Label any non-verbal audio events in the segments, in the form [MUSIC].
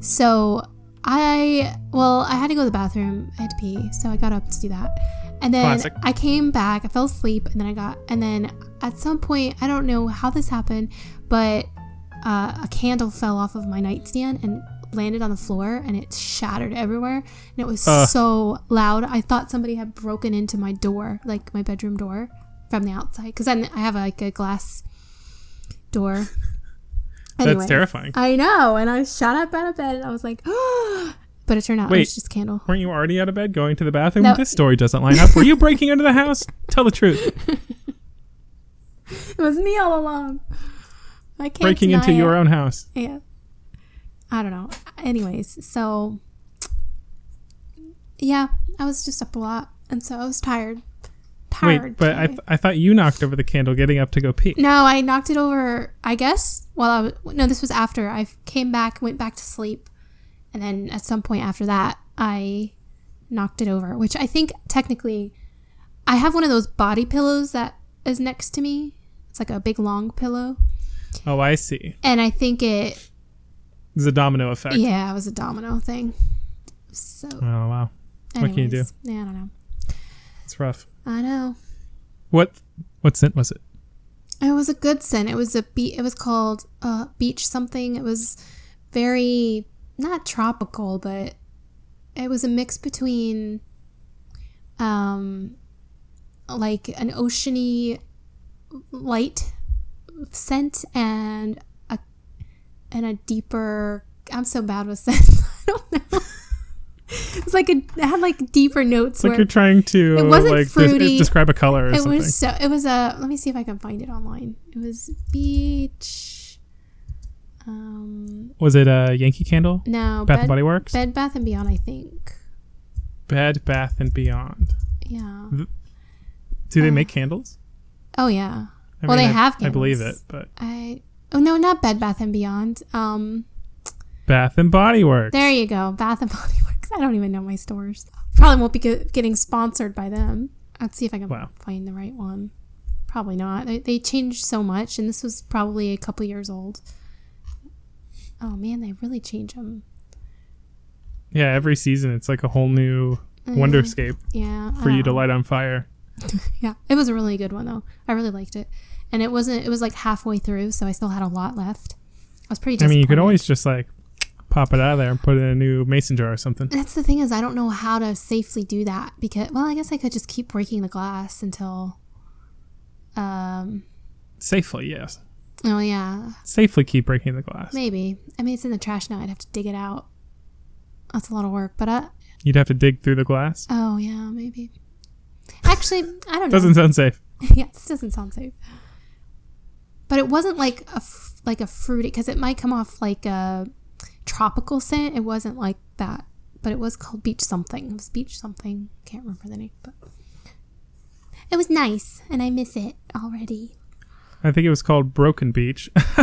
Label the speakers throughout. Speaker 1: So I, well, I had to go to the bathroom. I had to pee. So I got up to do that. And then
Speaker 2: Classic.
Speaker 1: I came back, I fell asleep, and then I got, and then at some point, I don't know how this happened, but uh, a candle fell off of my nightstand and landed on the floor and it shattered everywhere. And it was
Speaker 2: Ugh.
Speaker 1: so loud. I thought somebody had broken into my door, like my bedroom door from the outside. Because I have like a glass door. Anyway.
Speaker 2: That's terrifying.
Speaker 1: I know. And I shot up out of bed and I was like, [GASPS] but it turned out it
Speaker 2: Wait.
Speaker 1: was just candle.
Speaker 2: Weren't you already out of bed going to the bathroom?
Speaker 1: No.
Speaker 2: This story doesn't line up. Were you breaking into
Speaker 1: [LAUGHS]
Speaker 2: the house? Tell the truth.
Speaker 1: It was me all along. I can't
Speaker 2: Breaking into
Speaker 1: deny
Speaker 2: your
Speaker 1: it.
Speaker 2: own house.
Speaker 1: Yeah. I don't know. Anyways, so yeah, I was just up a lot, and so I was tired. Tired.
Speaker 2: Wait, but I,
Speaker 1: today.
Speaker 2: th- I thought you knocked over the candle getting up to
Speaker 1: [LAUGHS]
Speaker 2: go pee.
Speaker 1: no, I knocked it over. I guess while I was no, this was after I came back, went back to sleep, and then at some point after that, I knocked it over, which I think technically, I have one of those body pillows that is next to me. It's like a big long pillow,
Speaker 2: Oh, I see.
Speaker 1: and I think it
Speaker 2: It's a domino effect.
Speaker 1: Yeah, it was a domino thing. So,
Speaker 2: Oh, wow.
Speaker 1: anyways,
Speaker 2: what can you do?
Speaker 1: Yeah, I don't know.
Speaker 2: It's rough.
Speaker 1: I know.
Speaker 2: What what scent was it?
Speaker 1: It was a good scent. It was a be- It was called uh, beach something. It was very not tropical, but it was a mix between, um, like an oceany light scent and a and a deeper. I'm so bad with scents. [LAUGHS] I don't know. it's like a, it had like deeper notes.
Speaker 2: It's like
Speaker 1: where
Speaker 2: you're trying to
Speaker 1: It wasn't
Speaker 2: like des-
Speaker 1: fruity.
Speaker 2: describe a color or
Speaker 1: it
Speaker 2: something.
Speaker 1: was so it was a let me see if i can find it online it was beach um
Speaker 2: Was it a Yankee Candle?
Speaker 1: no
Speaker 2: Bath
Speaker 1: bed,
Speaker 2: and Body Works.
Speaker 1: bed bath and beyond i think
Speaker 2: Bed Bath and Beyond.
Speaker 1: yeah
Speaker 2: Do they
Speaker 1: Uh,
Speaker 2: make candles?
Speaker 1: oh yeah
Speaker 2: I
Speaker 1: well, they
Speaker 2: I-
Speaker 1: have
Speaker 2: I believe it,
Speaker 1: candles.
Speaker 2: but
Speaker 1: i oh no not bed bath and beyond um
Speaker 2: Bath and Body Works.
Speaker 1: there you go bath and [LAUGHS] body works i don't even know my stores probably won't be get, getting sponsored by them let's see if i can
Speaker 2: Wow.
Speaker 1: find the right one probably not they, they changed so much and this was probably a couple years old oh man they really change them
Speaker 2: Yeah, every season it's like a whole new
Speaker 1: Mm.
Speaker 2: wonderscape
Speaker 1: Yeah.
Speaker 2: for you to
Speaker 1: uh,
Speaker 2: light on fire.
Speaker 1: Yeah. It was a really good one though. I really liked it. And it wasn't it was like halfway through, so I still had a lot left. I was pretty
Speaker 2: I mean, you could
Speaker 1: disappointed.
Speaker 2: always just like pop it out of there and put it in a new mason jar or something.
Speaker 1: That's the thing is I don't know how to safely do that because well, I guess I could just keep breaking the glass until um
Speaker 2: Safely, yes.
Speaker 1: oh yeah,
Speaker 2: Safely keep breaking the glass.
Speaker 1: maybe. I mean, it's in the trash now. I'd have to dig it out. That's a lot of work, but uh
Speaker 2: You'd have to dig through the glass.
Speaker 1: oh yeah, maybe. Actually, I don't know.
Speaker 2: Doesn't sound safe.
Speaker 1: [LAUGHS] yeah, this doesn't sound safe. But it wasn't like a f- like a fruity because it might come off like a tropical scent. It wasn't like that, but it was called beach something. It was beach something. Can't remember the name, but it was nice, and I miss it already.
Speaker 2: I think it was called Broken Beach. [LAUGHS]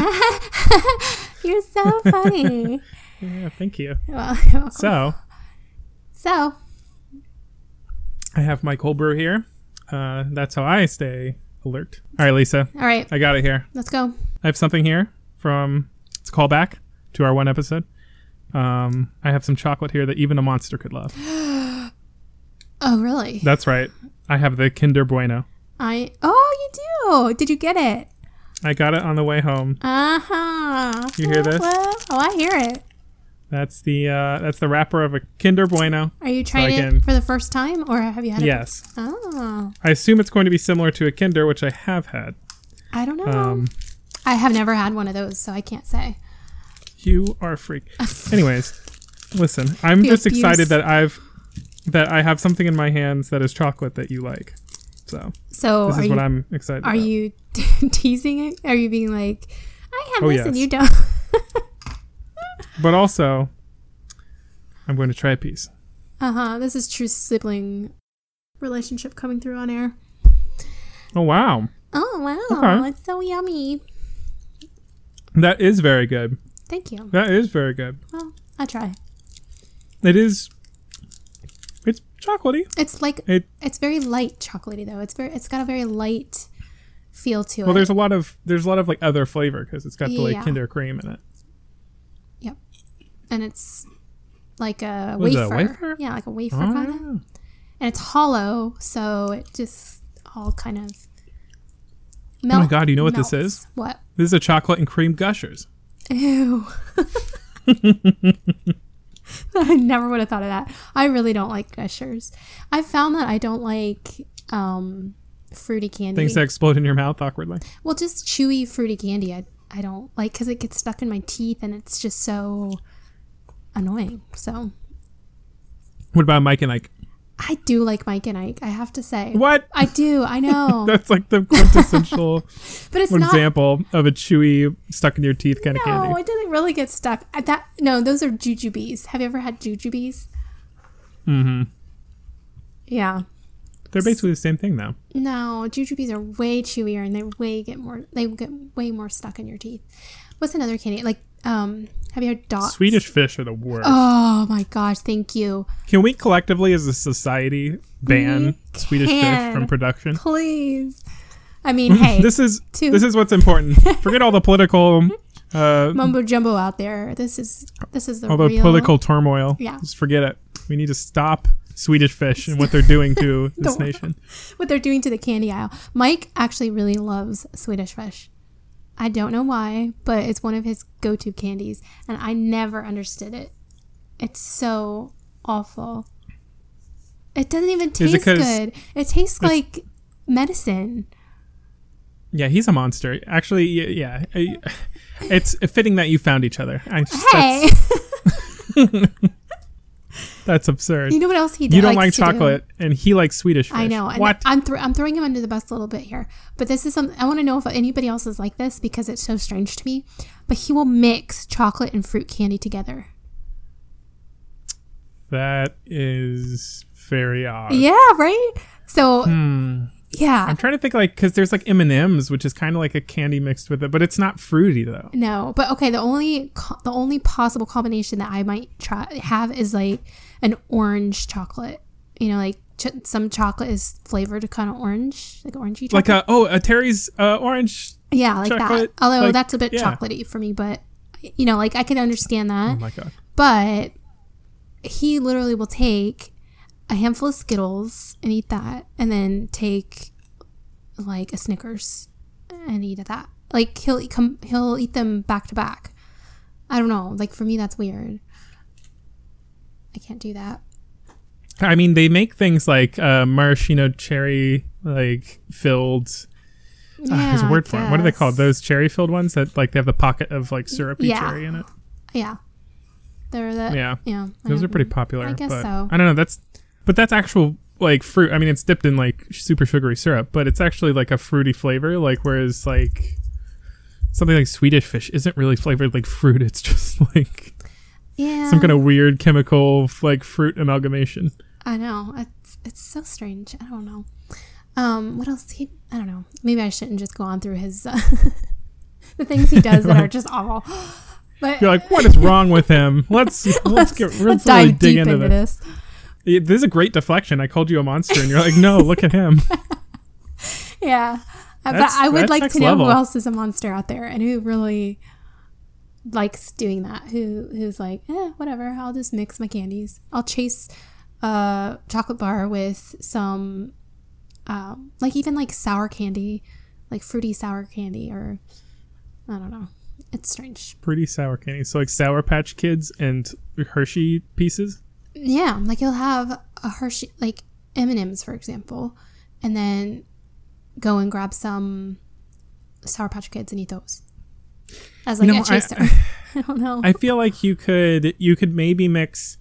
Speaker 1: You're so funny.
Speaker 2: yeah, thank you.
Speaker 1: well, you're welcome.
Speaker 2: [LAUGHS] So
Speaker 1: so
Speaker 2: I have my cold brew here. Uh, that's how I stay alert. All right, Lisa,
Speaker 1: all right,
Speaker 2: I got it here.
Speaker 1: let's go.
Speaker 2: I have something here from it's a callback to our one episode. Um, I have some chocolate here that even a monster could love.
Speaker 1: Oh really?
Speaker 2: That's right. I have the Kinder Bueno.
Speaker 1: I oh you do. Did you get it?
Speaker 2: I got it on the way home.
Speaker 1: Uh huh.
Speaker 2: You hear this?
Speaker 1: Oh, I hear it.
Speaker 2: That's the uh, that's the wrapper of a Kinder Bueno.
Speaker 1: Are you trying
Speaker 2: I
Speaker 1: it
Speaker 2: can-
Speaker 1: for the first time, or have you had it?
Speaker 2: Yes,
Speaker 1: Oh,
Speaker 2: I assume it's going to be similar to a Kinder, which I have had.
Speaker 1: I don't know.
Speaker 2: Um,
Speaker 1: I have never had one of those, so I can't say.
Speaker 2: you are
Speaker 1: [LAUGHS]
Speaker 2: a freak. Anyways, listen, I'm
Speaker 1: The
Speaker 2: just
Speaker 1: abuse.
Speaker 2: excited that I've that I have something in my hands that is chocolate that you like. So
Speaker 1: So Oh,
Speaker 2: this
Speaker 1: are
Speaker 2: is
Speaker 1: you
Speaker 2: what I'm excited.
Speaker 1: are
Speaker 2: about.
Speaker 1: you [LAUGHS] teasing it? Are you being like, I have
Speaker 2: Oh,
Speaker 1: this and
Speaker 2: yes.
Speaker 1: you don't? [LAUGHS]
Speaker 2: But also, I'm going to try a piece.
Speaker 1: uh huh. This is true sibling relationship coming through on air.
Speaker 2: Oh wow,
Speaker 1: Oh wow,
Speaker 2: Okay.
Speaker 1: it's so yummy.
Speaker 2: that is very good.
Speaker 1: Thank you.
Speaker 2: That is very good.
Speaker 1: Well, I try.
Speaker 2: It is. It's chocolatey.
Speaker 1: It's like
Speaker 2: It
Speaker 1: it's very light chocolatey though. It's very it's got a very light feel to
Speaker 2: Well,
Speaker 1: it.
Speaker 2: there's a lot of there's a lot of like other flavor because it's got the like
Speaker 1: Yeah.
Speaker 2: Kinder cream in it.
Speaker 1: Yep. and it's like a
Speaker 2: What is
Speaker 1: wafer.
Speaker 2: that, a wafer?
Speaker 1: Yeah, like a wafer
Speaker 2: Oh,
Speaker 1: kind of.
Speaker 2: yeah.
Speaker 1: And it's hollow, so it just all kind of
Speaker 2: Oh
Speaker 1: melts.
Speaker 2: my god, you know what this
Speaker 1: melts.
Speaker 2: is?
Speaker 1: What?
Speaker 2: This is a chocolate and cream gushers.
Speaker 1: Ew. [LAUGHS] I never would have thought of that. I really don't like gushers. I found that I don't like um, fruity candy.
Speaker 2: Things that explode in your mouth awkwardly.
Speaker 1: well, just chewy fruity candy. I, I don't like because it gets stuck in my teeth and it's just so annoying. So
Speaker 2: What about Mike and Ike?
Speaker 1: I do like Mike and Ike. I have to say.
Speaker 2: What?
Speaker 1: I do. I
Speaker 2: [LAUGHS]
Speaker 1: know,
Speaker 2: That's like the
Speaker 1: [LAUGHS]
Speaker 2: quintessential
Speaker 1: but it's not.
Speaker 2: example of a chewy, stuck in your teeth kind of
Speaker 1: No,
Speaker 2: candy.
Speaker 1: it doesn't really get stuck. I- That no, those are jujubes. Have you ever had jujubes?
Speaker 2: Mm-hmm.
Speaker 1: Yeah.
Speaker 2: They're basically the same thing, though.
Speaker 1: No, jujubes are way chewier and they way get more they get way more stuck in your teeth. What's another candy? Like um have you had dots?
Speaker 2: Swedish fish are the worst.
Speaker 1: Oh my gosh, thank you.
Speaker 2: Can we collectively, as a society, ban
Speaker 1: We
Speaker 2: Swedish
Speaker 1: can.
Speaker 2: fish from production?
Speaker 1: Please. I mean,
Speaker 2: [LAUGHS]
Speaker 1: hey,
Speaker 2: This is
Speaker 1: Two.
Speaker 2: this is
Speaker 1: [LAUGHS]
Speaker 2: what's important. Forget all the political, uh,
Speaker 1: mumbo jumbo out there. This is this is the
Speaker 2: all the
Speaker 1: real
Speaker 2: political turmoil.
Speaker 1: Yeah.
Speaker 2: just forget it. We need to stop Swedish fish and what they're doing
Speaker 1: [LAUGHS]
Speaker 2: to this
Speaker 1: Don't-
Speaker 2: nation.
Speaker 1: what they're doing to the candy aisle. Mike actually really loves Swedish fish. I don't know why, but it's one of his go-to candies and I never understood it. It's so awful. It doesn't even
Speaker 2: it
Speaker 1: taste
Speaker 2: 'cause-
Speaker 1: good. It tastes like medicine.
Speaker 2: Yeah, he's a monster. Actually, y- yeah, I- it's fitting that you found each other. I just,
Speaker 1: Hey, [LAUGHS]
Speaker 2: that's, that's absurd.
Speaker 1: you know what else he
Speaker 2: You don't like
Speaker 1: likes to do?
Speaker 2: chocolate, and he likes Swedish fish.
Speaker 1: I know. And
Speaker 2: What?
Speaker 1: I'm, thro- I'm throwing him under the bus a little bit here. But this is something I want to know if anybody else is like this because it's so strange to me. But he will mix chocolate and fruit candy together.
Speaker 2: that is very odd.
Speaker 1: Yeah, right? So,
Speaker 2: Hmm.
Speaker 1: yeah.
Speaker 2: I'm trying to think, like, because there's like M and M's, which is kind of like a candy mixed with it, but it's not fruity though.
Speaker 1: No, but okay. The only co- the only possible combination that I might try have is like an orange chocolate. You know, like ch- some chocolate is flavored kind of orange, like orangey. Chocolate.
Speaker 2: Like a oh, a Terry's uh, orange.
Speaker 1: yeah, like
Speaker 2: chocolate,
Speaker 1: that. Although
Speaker 2: like-
Speaker 1: that's a bit
Speaker 2: yeah.
Speaker 1: chocolatey for me, but you know, like I can understand
Speaker 2: Oh
Speaker 1: that.
Speaker 2: my god.
Speaker 1: But he literally will take a handful of Skittles and eat that, and then take like a Snickers and eat that. Like he'll eat, come, he'll eat them back to back. I don't know. Like for me, that's weird. I can't do that.
Speaker 2: I mean, they make things like uh, maraschino cherry, like filled.
Speaker 1: Yeah,
Speaker 2: Ah, there's a word
Speaker 1: I
Speaker 2: for 'em. What are they called?
Speaker 1: guess.
Speaker 2: Those cherry filled ones that like they have the pocket of like syrupy
Speaker 1: Yeah.
Speaker 2: cherry in it.
Speaker 1: Yeah, they're the yeah.
Speaker 2: Yeah,
Speaker 1: I
Speaker 2: those
Speaker 1: don't
Speaker 2: are pretty
Speaker 1: know.
Speaker 2: popular.
Speaker 1: Um, I guess
Speaker 2: but
Speaker 1: so.
Speaker 2: I don't know. That's but that's actual like fruit. I mean, it's dipped in like sh- super sugary syrup, but it's actually like a fruity flavor. Like whereas like something like Swedish fish isn't really flavored like fruit. It's just [LAUGHS] like
Speaker 1: Yeah,
Speaker 2: some kind of weird chemical like fruit amalgamation.
Speaker 1: I know. It's it's so strange. I don't know. Um, what else? He I don't know. Maybe I shouldn't just go on through his uh, [LAUGHS] the things he does
Speaker 2: [LAUGHS]
Speaker 1: that are just awful. [GASPS] But
Speaker 2: You're like, what
Speaker 1: [LAUGHS]
Speaker 2: is wrong with him? Let's let's, get
Speaker 1: let's
Speaker 2: let's really
Speaker 1: dive
Speaker 2: dig
Speaker 1: deep
Speaker 2: into,
Speaker 1: into,
Speaker 2: this.
Speaker 1: this.
Speaker 2: Yeah, This is a great deflection. I called you a monster, and you're like, no, look
Speaker 1: [LAUGHS]
Speaker 2: at him.
Speaker 1: Yeah, Uh, but
Speaker 2: That's-
Speaker 1: I would
Speaker 2: that's
Speaker 1: like
Speaker 2: next
Speaker 1: to know
Speaker 2: level.
Speaker 1: who else is a monster out there and who really likes doing that. Who who's like, eh, whatever. I'll just mix my candies. I'll chase a chocolate bar with some, um, like even like sour candy, like fruity sour candy, or I don't know. It's strange.
Speaker 2: Pretty sour candy. So like Sour Patch Kids and Hershey pieces.
Speaker 1: Yeah, like he'll have a Hershey, like M and M's, for example, and then go and grab some Sour Patch Kids and eat those as like
Speaker 2: You know,
Speaker 1: a
Speaker 2: I-
Speaker 1: chaser. [LAUGHS] I, don't know.
Speaker 2: I feel like you could you could maybe mix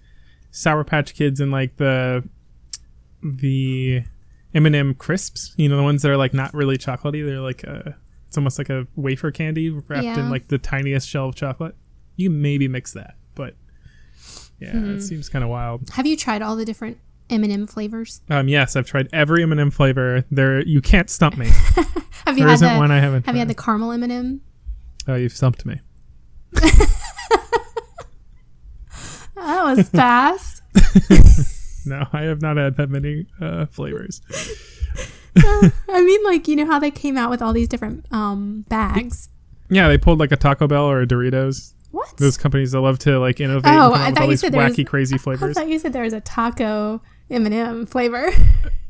Speaker 2: Sour Patch Kids and like the the M and m crisps. You know the ones that are like not really chocolatey. They're like a it's almost like a wafer candy wrapped
Speaker 1: Yeah.
Speaker 2: in like the tiniest shell of chocolate. You can maybe mix that, but yeah,
Speaker 1: Hmm.
Speaker 2: it seems kind of wild.
Speaker 1: have you tried all the different M and m flavors?
Speaker 2: Um, yes, I've tried every M and m flavor. There, you can't stump me.
Speaker 1: Have [LAUGHS] you
Speaker 2: There
Speaker 1: had
Speaker 2: isn't
Speaker 1: the
Speaker 2: one I haven't.
Speaker 1: Have you had
Speaker 2: tried.
Speaker 1: the caramel M and m
Speaker 2: Oh, you've stumped me.
Speaker 1: That
Speaker 2: [LAUGHS]
Speaker 1: was fast.
Speaker 2: No, I have not had that many uh, flavors.
Speaker 1: I mean, like you know how they came out with all these different um, bags.
Speaker 2: Yeah, they pulled like a Taco Bell or a Doritos
Speaker 1: What?
Speaker 2: Those companies that love to like innovate.
Speaker 1: Oh,
Speaker 2: and
Speaker 1: I
Speaker 2: come out with
Speaker 1: thought
Speaker 2: all
Speaker 1: you
Speaker 2: these
Speaker 1: said there
Speaker 2: wacky,
Speaker 1: was- [LAUGHS]
Speaker 2: crazy
Speaker 1: I
Speaker 2: flavors.
Speaker 1: thought you said there was a taco M&M flavor. [LAUGHS]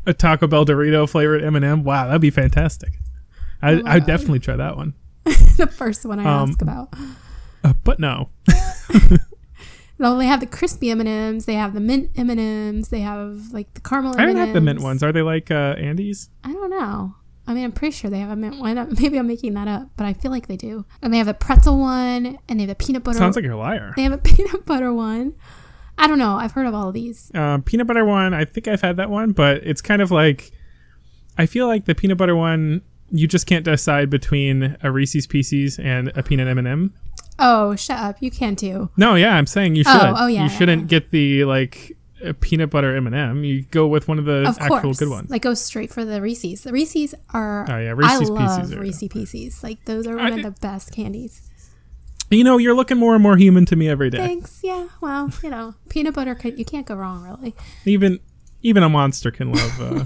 Speaker 2: A Taco Bell Dorito flavored M and m Wow, that'd be fantastic. I
Speaker 1: Oh my
Speaker 2: I would
Speaker 1: God.
Speaker 2: definitely try that one.
Speaker 1: the first one I
Speaker 2: Um,
Speaker 1: asked about.
Speaker 2: Uh, but no,
Speaker 1: Well, they have the crispy M and M's. They have the mint M and M's. They have like the caramel.
Speaker 2: I haven't had the mint
Speaker 1: M&Ms.
Speaker 2: ones. Are they like uh, Andes?
Speaker 1: I don't know. I mean, I'm pretty sure they have a mint one. [LAUGHS] Maybe I'm making that up, but I feel like they do. And they have a pretzel one, and they have a peanut butter.
Speaker 2: Sounds like you're a liar.
Speaker 1: [LAUGHS] they have a peanut butter one. I don't know. I've heard of all of these.
Speaker 2: Um, peanut butter one, I think I've had that one, but it's kind of like I feel like the peanut butter one. You just can't decide between a Reese's Pieces and a peanut M and m
Speaker 1: Oh, shut up! You can too.
Speaker 2: No, yeah, I'm saying you should.
Speaker 1: Oh, oh, yeah,
Speaker 2: you
Speaker 1: yeah,
Speaker 2: shouldn't
Speaker 1: yeah.
Speaker 2: get the like a peanut butter M and m You go with one of the
Speaker 1: Of
Speaker 2: actual
Speaker 1: course,
Speaker 2: good ones.
Speaker 1: Like go straight for the Reese's. The Reese's are.
Speaker 2: Oh, yeah, Reese's
Speaker 1: I
Speaker 2: Pieces
Speaker 1: love
Speaker 2: are-
Speaker 1: Reese's Pieces. Like those are
Speaker 2: I-
Speaker 1: one of the best candies.
Speaker 2: You know, you're looking more and more human to me every day.
Speaker 1: Thanks. Yeah. Well, you know, peanut butter. Could, you can't go wrong, really.
Speaker 2: Even even a monster can love
Speaker 1: [LAUGHS]
Speaker 2: uh,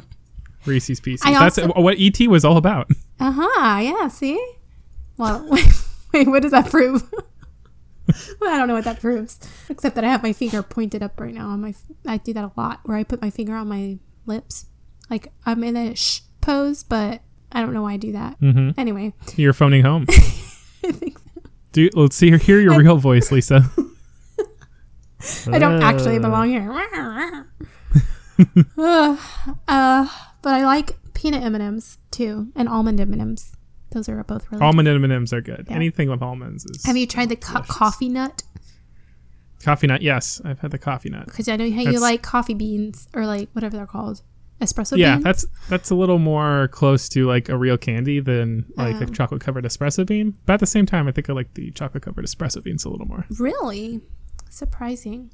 Speaker 2: Reese's Pieces.
Speaker 1: I
Speaker 2: That's
Speaker 1: also-
Speaker 2: what ET was all about. [LAUGHS]
Speaker 1: Uh huh. Yeah. See. Well, wait, wait. What does that prove? [LAUGHS] well, I don't know what that proves, except that I have my finger pointed up right now. On my, f- I do that a lot, where I put my finger on my lips, like I'm in a shh pose, but I don't know why I do that.
Speaker 2: Mm-hmm.
Speaker 1: Anyway, [LAUGHS]
Speaker 2: You're phoning home.
Speaker 1: I think
Speaker 2: Do let's see hear your real voice, Lisa.
Speaker 1: [LAUGHS] I don't actually
Speaker 2: Uh.
Speaker 1: belong here. Ugh. uh, but I like peanut M and M's too, and almond M and M's. Those are both really.
Speaker 2: Almond M and M's are good.
Speaker 1: Yeah.
Speaker 2: Anything with almonds is.
Speaker 1: Have you tried the co- coffee nut?
Speaker 2: coffee nut? Yes, I've had the coffee nut.
Speaker 1: Because I know how you
Speaker 2: That's-
Speaker 1: like coffee beans or like whatever they're called, espresso
Speaker 2: yeah,
Speaker 1: bean.
Speaker 2: that's that's a little more close to like a real candy than like a
Speaker 1: Um.
Speaker 2: chocolate covered espresso bean. But at the same time, I think I like the chocolate covered espresso beans a little more.
Speaker 1: really surprising.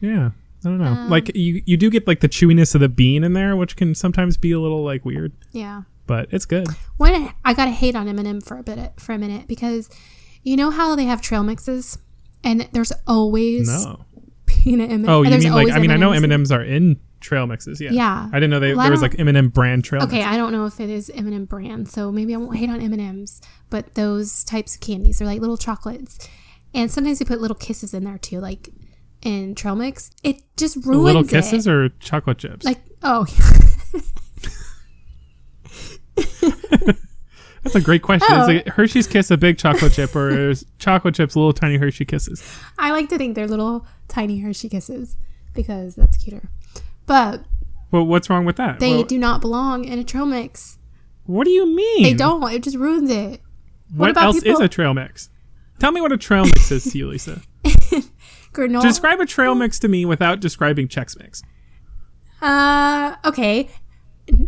Speaker 2: Yeah. I don't know.
Speaker 1: Um,
Speaker 2: like you, you do get like the chewiness of the bean in there, which can sometimes be a little like weird,
Speaker 1: Yeah.
Speaker 2: but it's good.
Speaker 1: One, I gotta hate on M&M for a bit for a minute because you know how they have trail mixes and there's always
Speaker 2: No.
Speaker 1: peanut M&M.
Speaker 2: Oh, you
Speaker 1: there's
Speaker 2: mean like
Speaker 1: always
Speaker 2: I mean I know
Speaker 1: M&Ms.
Speaker 2: M and M's are in trail mixes. Yeah.
Speaker 1: Yeah.
Speaker 2: I didn't know they,
Speaker 1: Well, I
Speaker 2: there was
Speaker 1: don't-
Speaker 2: like M and M brand trail.
Speaker 1: Okay, I don't know if it is M&M brand, so maybe I won't hate on M&Ms, but those types of candies are like little chocolates. And sometimes they put little kisses in there too, like in trail mix. It just ruins
Speaker 2: mixes. Little
Speaker 1: it.
Speaker 2: kisses or chocolate chips.
Speaker 1: like oh [LAUGHS]
Speaker 2: That's a great question.
Speaker 1: Oh.
Speaker 2: Is it Hershey's Kiss a big chocolate chip
Speaker 1: [LAUGHS]
Speaker 2: or is chocolate chips little tiny Hershey kisses?
Speaker 1: I like to think they're little tiny Hershey kisses because that's cuter. But
Speaker 2: Well, what's wrong with that?
Speaker 1: they
Speaker 2: Well,
Speaker 1: do not belong in a trail mix.
Speaker 2: what do you mean?
Speaker 1: They don't. It just ruins it.
Speaker 2: What,
Speaker 1: about
Speaker 2: else is
Speaker 1: people-
Speaker 2: a trail mix? Tell me what a trail mix is to you,
Speaker 1: [LAUGHS]
Speaker 2: Lisa.
Speaker 1: Granola.
Speaker 2: Describe a trail mix to me without describing Chex Mix.
Speaker 1: uh, okay.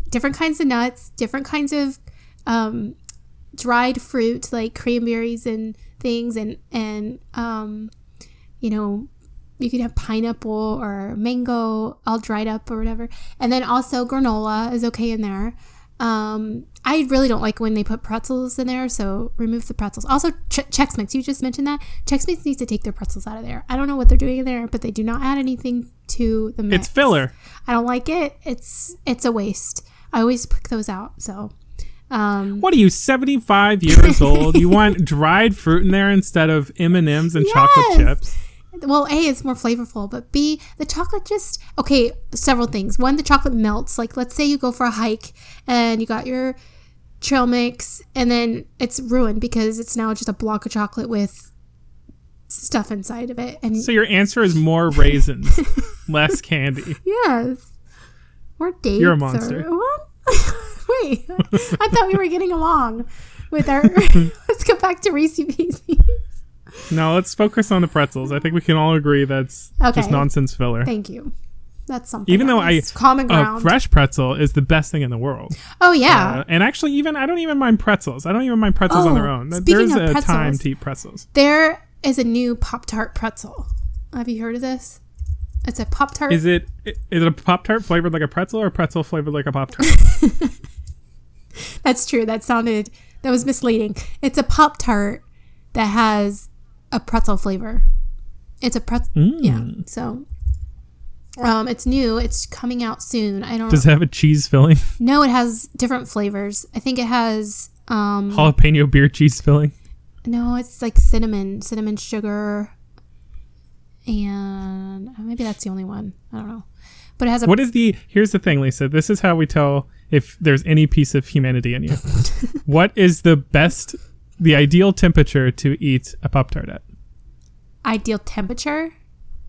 Speaker 1: Different kinds of nuts, different kinds of um, dried fruit like cranberries and things, and and um, you know, you could have pineapple or mango all dried up or whatever. And then also granola is okay in there. Um, I really don't like when they put pretzels in there, so remove the pretzels. Also, che- Chex Mix, you just mentioned that. Chex Mix needs to take their pretzels out of there. I don't know what they're doing in there, but they do not add anything to the mix.
Speaker 2: It's filler.
Speaker 1: I don't like it. It's it's a waste. I always pick those out. So, um,
Speaker 2: What are you, 75 years old?
Speaker 1: [LAUGHS]
Speaker 2: You want dried fruit in there instead of M&Ms and chocolate
Speaker 1: Yes.
Speaker 2: chips?
Speaker 1: well, a it's more flavorful, but b the chocolate just okay. Several things. One, the chocolate melts. Like let's say you go for a hike and you got your trail mix, and then it's ruined because it's now just a block of chocolate with stuff inside of it. And
Speaker 2: So your answer is
Speaker 1: [LAUGHS]
Speaker 2: more raisins, less candy.
Speaker 1: yes, more dates.
Speaker 2: You're a
Speaker 1: or-
Speaker 2: monster.
Speaker 1: Well, [LAUGHS] wait, [LAUGHS] I thought we were getting along with
Speaker 2: [LAUGHS]
Speaker 1: our. [LAUGHS] let's go back to Reese Pieces.
Speaker 2: No, let's focus on the pretzels. I think we can all agree that's just
Speaker 1: Okay.
Speaker 2: nonsense filler.
Speaker 1: Thank you. That's something.
Speaker 2: Even
Speaker 1: at
Speaker 2: though I- uh,
Speaker 1: least. common
Speaker 2: A
Speaker 1: ground.
Speaker 2: fresh pretzel is the best thing in the world.
Speaker 1: oh yeah.
Speaker 2: Uh, and actually, even I don't even mind pretzels. I don't even mind pretzels on
Speaker 1: Oh,
Speaker 2: their own. Th-
Speaker 1: speaking
Speaker 2: There's
Speaker 1: of
Speaker 2: a time
Speaker 1: pretzels.
Speaker 2: to eat pretzels.
Speaker 1: There is a new Pop Tart pretzel. Have you heard of this? It's a Pop Tart.
Speaker 2: Is it i- is it a pop tart flavored like a pretzel or a pretzel flavored like a
Speaker 1: [LAUGHS]
Speaker 2: pop tart?
Speaker 1: That's true. That sounded that was misleading. It's a Pop Tart that has a pretzel flavor. It's a pretzel.
Speaker 2: Mm.
Speaker 1: Yeah. So, um, it's new. It's coming out soon. I don't
Speaker 2: Does it have a cheese filling? [LAUGHS]
Speaker 1: know. It has different flavors. I think it has um
Speaker 2: Jalapeno beer cheese filling.
Speaker 1: No, it's like cinnamon, cinnamon sugar, and oh, maybe that's the only one. I don't know, but it has a
Speaker 2: [LAUGHS] What is the? Here's the thing, Lisa. This is how we tell if there's any piece of humanity
Speaker 1: [LAUGHS]
Speaker 2: in you. what is the best, the ideal temperature to eat a pop tart at?
Speaker 1: ideal temperature.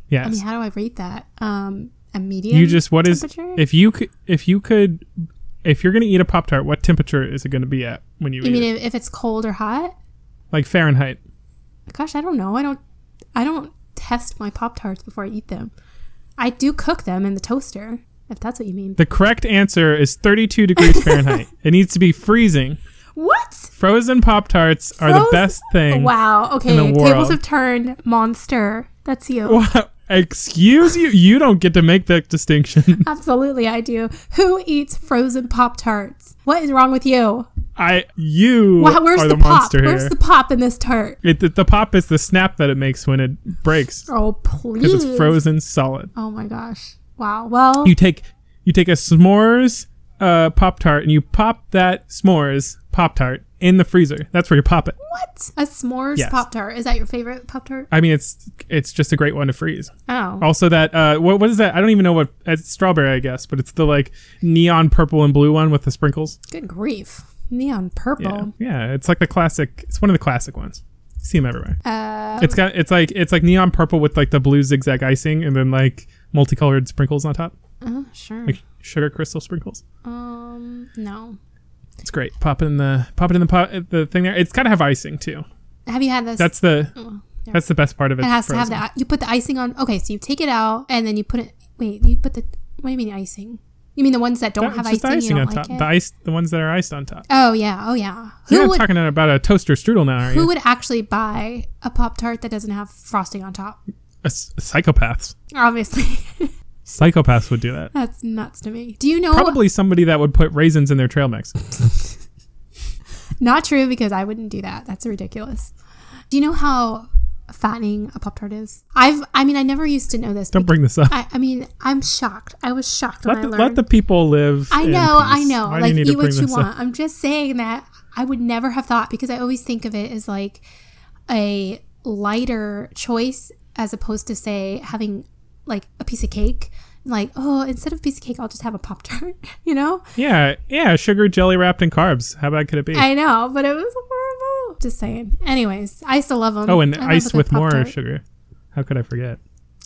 Speaker 2: Yes.
Speaker 1: I mean, how do I rate that? Um, a medium.
Speaker 2: you just what is
Speaker 1: temperature?
Speaker 2: if you could if you could if you're gonna eat a pop tart, what temperature is it gonna be at when you,
Speaker 1: You
Speaker 2: eat
Speaker 1: mean
Speaker 2: it?
Speaker 1: if, if it's cold or hot?
Speaker 2: Like Fahrenheit.
Speaker 1: Gosh, I don't know. I don't. I don't test my pop tarts before I eat them. I do cook them in the toaster, if that's what you mean.
Speaker 2: The correct answer is 32
Speaker 1: [LAUGHS]
Speaker 2: degrees Fahrenheit. It needs to be freezing.
Speaker 1: What?
Speaker 2: Frozen pop tarts are the
Speaker 1: Frozen-
Speaker 2: best thing.
Speaker 1: Wow. Okay.
Speaker 2: the
Speaker 1: Tables
Speaker 2: world.
Speaker 1: have turned. Monster. That's you.
Speaker 2: [LAUGHS] Wow. Excuse you. You don't get to make that distinction. [LAUGHS]
Speaker 1: Absolutely, I do. Who eats frozen Pop Tarts? What is wrong with you?
Speaker 2: I you
Speaker 1: Wow, where's
Speaker 2: are
Speaker 1: the,
Speaker 2: the,
Speaker 1: pop?
Speaker 2: monster
Speaker 1: Where's
Speaker 2: here.
Speaker 1: the pop in this tart?
Speaker 2: It, the, the pop is the snap that it makes when it breaks
Speaker 1: Oh,
Speaker 2: because
Speaker 1: please.
Speaker 2: it's frozen solid.
Speaker 1: Oh my gosh. Wow. Well,
Speaker 2: You take you take a s'mores uh, pop tart and you pop that s'mores pop tart in the freezer. That's where you pop it.
Speaker 1: what? A s'mores
Speaker 2: Yes.
Speaker 1: Pop Tart. Is that your favorite Pop Tart?
Speaker 2: I mean, it's it's just a great one to freeze.
Speaker 1: Oh.
Speaker 2: Also, that uh, what what is that? I don't even know what it's strawberry, I guess, but it's the like neon purple and blue one with the sprinkles.
Speaker 1: Good grief. Neon
Speaker 2: Yeah,
Speaker 1: purple.
Speaker 2: yeah, it's like the classic. It's one of the classic ones. You see them everywhere.
Speaker 1: Uh,
Speaker 2: It's got it's like it's like neon purple with like the blue zigzag icing and then like multicolored sprinkles on top,
Speaker 1: oh, sure.
Speaker 2: like sugar crystal sprinkles.
Speaker 1: Um, no.
Speaker 2: It's great. Pop it in the pop it in the pot uh, the thing there. It's got to have icing too.
Speaker 1: Have you had this?
Speaker 2: That's the
Speaker 1: Oh, yeah.
Speaker 2: that's the best part of it.
Speaker 1: it has to
Speaker 2: frozen.
Speaker 1: have the. You put the icing on. Okay, so you take it out and then you put it. Wait, you put the. What do you mean icing? You mean the ones that don't have
Speaker 2: That- just
Speaker 1: icing?
Speaker 2: the icing
Speaker 1: you don't
Speaker 2: on
Speaker 1: like
Speaker 2: top.
Speaker 1: it?
Speaker 2: The ice the ones that are iced on top.
Speaker 1: Oh yeah, oh yeah.
Speaker 2: You're
Speaker 1: Who
Speaker 2: not
Speaker 1: would
Speaker 2: talking about a toaster strudel now, are you?
Speaker 1: who would actually buy a pop tart that doesn't have frosting on top?
Speaker 2: A s- psychopaths.
Speaker 1: Obviously, [LAUGHS]
Speaker 2: Psychopaths would do that.
Speaker 1: that's nuts to me. Do you know?
Speaker 2: Probably somebody that would put raisins in their trail mix.
Speaker 1: Not true because I wouldn't do that. That's ridiculous. Do you know how fattening a pop tart is? I've I mean I never used to know this.
Speaker 2: Don't
Speaker 1: because-
Speaker 2: bring this up.
Speaker 1: I, I mean I'm shocked. I was shocked
Speaker 2: Let
Speaker 1: when
Speaker 2: the,
Speaker 1: I
Speaker 2: let
Speaker 1: learned.
Speaker 2: the people live.
Speaker 1: I
Speaker 2: in
Speaker 1: know, I
Speaker 2: peace.
Speaker 1: know.
Speaker 2: Why do
Speaker 1: like
Speaker 2: you need to
Speaker 1: eat what
Speaker 2: bring
Speaker 1: you
Speaker 2: this up?
Speaker 1: want. I'm just saying that I would never have thought because I always think of it as like a lighter choice as opposed to say having like a piece of cake. Like, oh, instead of piece of cake, I'll just have a pop tart. [LAUGHS] You know?
Speaker 2: Yeah, yeah. Sugar, jelly wrapped in carbs. How bad could it be?
Speaker 1: I know, but it was horrible. Just saying. Anyways, I still love them.
Speaker 2: oh, and
Speaker 1: I love a
Speaker 2: iced
Speaker 1: good
Speaker 2: with more
Speaker 1: Pop-Tart.
Speaker 2: sugar. How could I forget?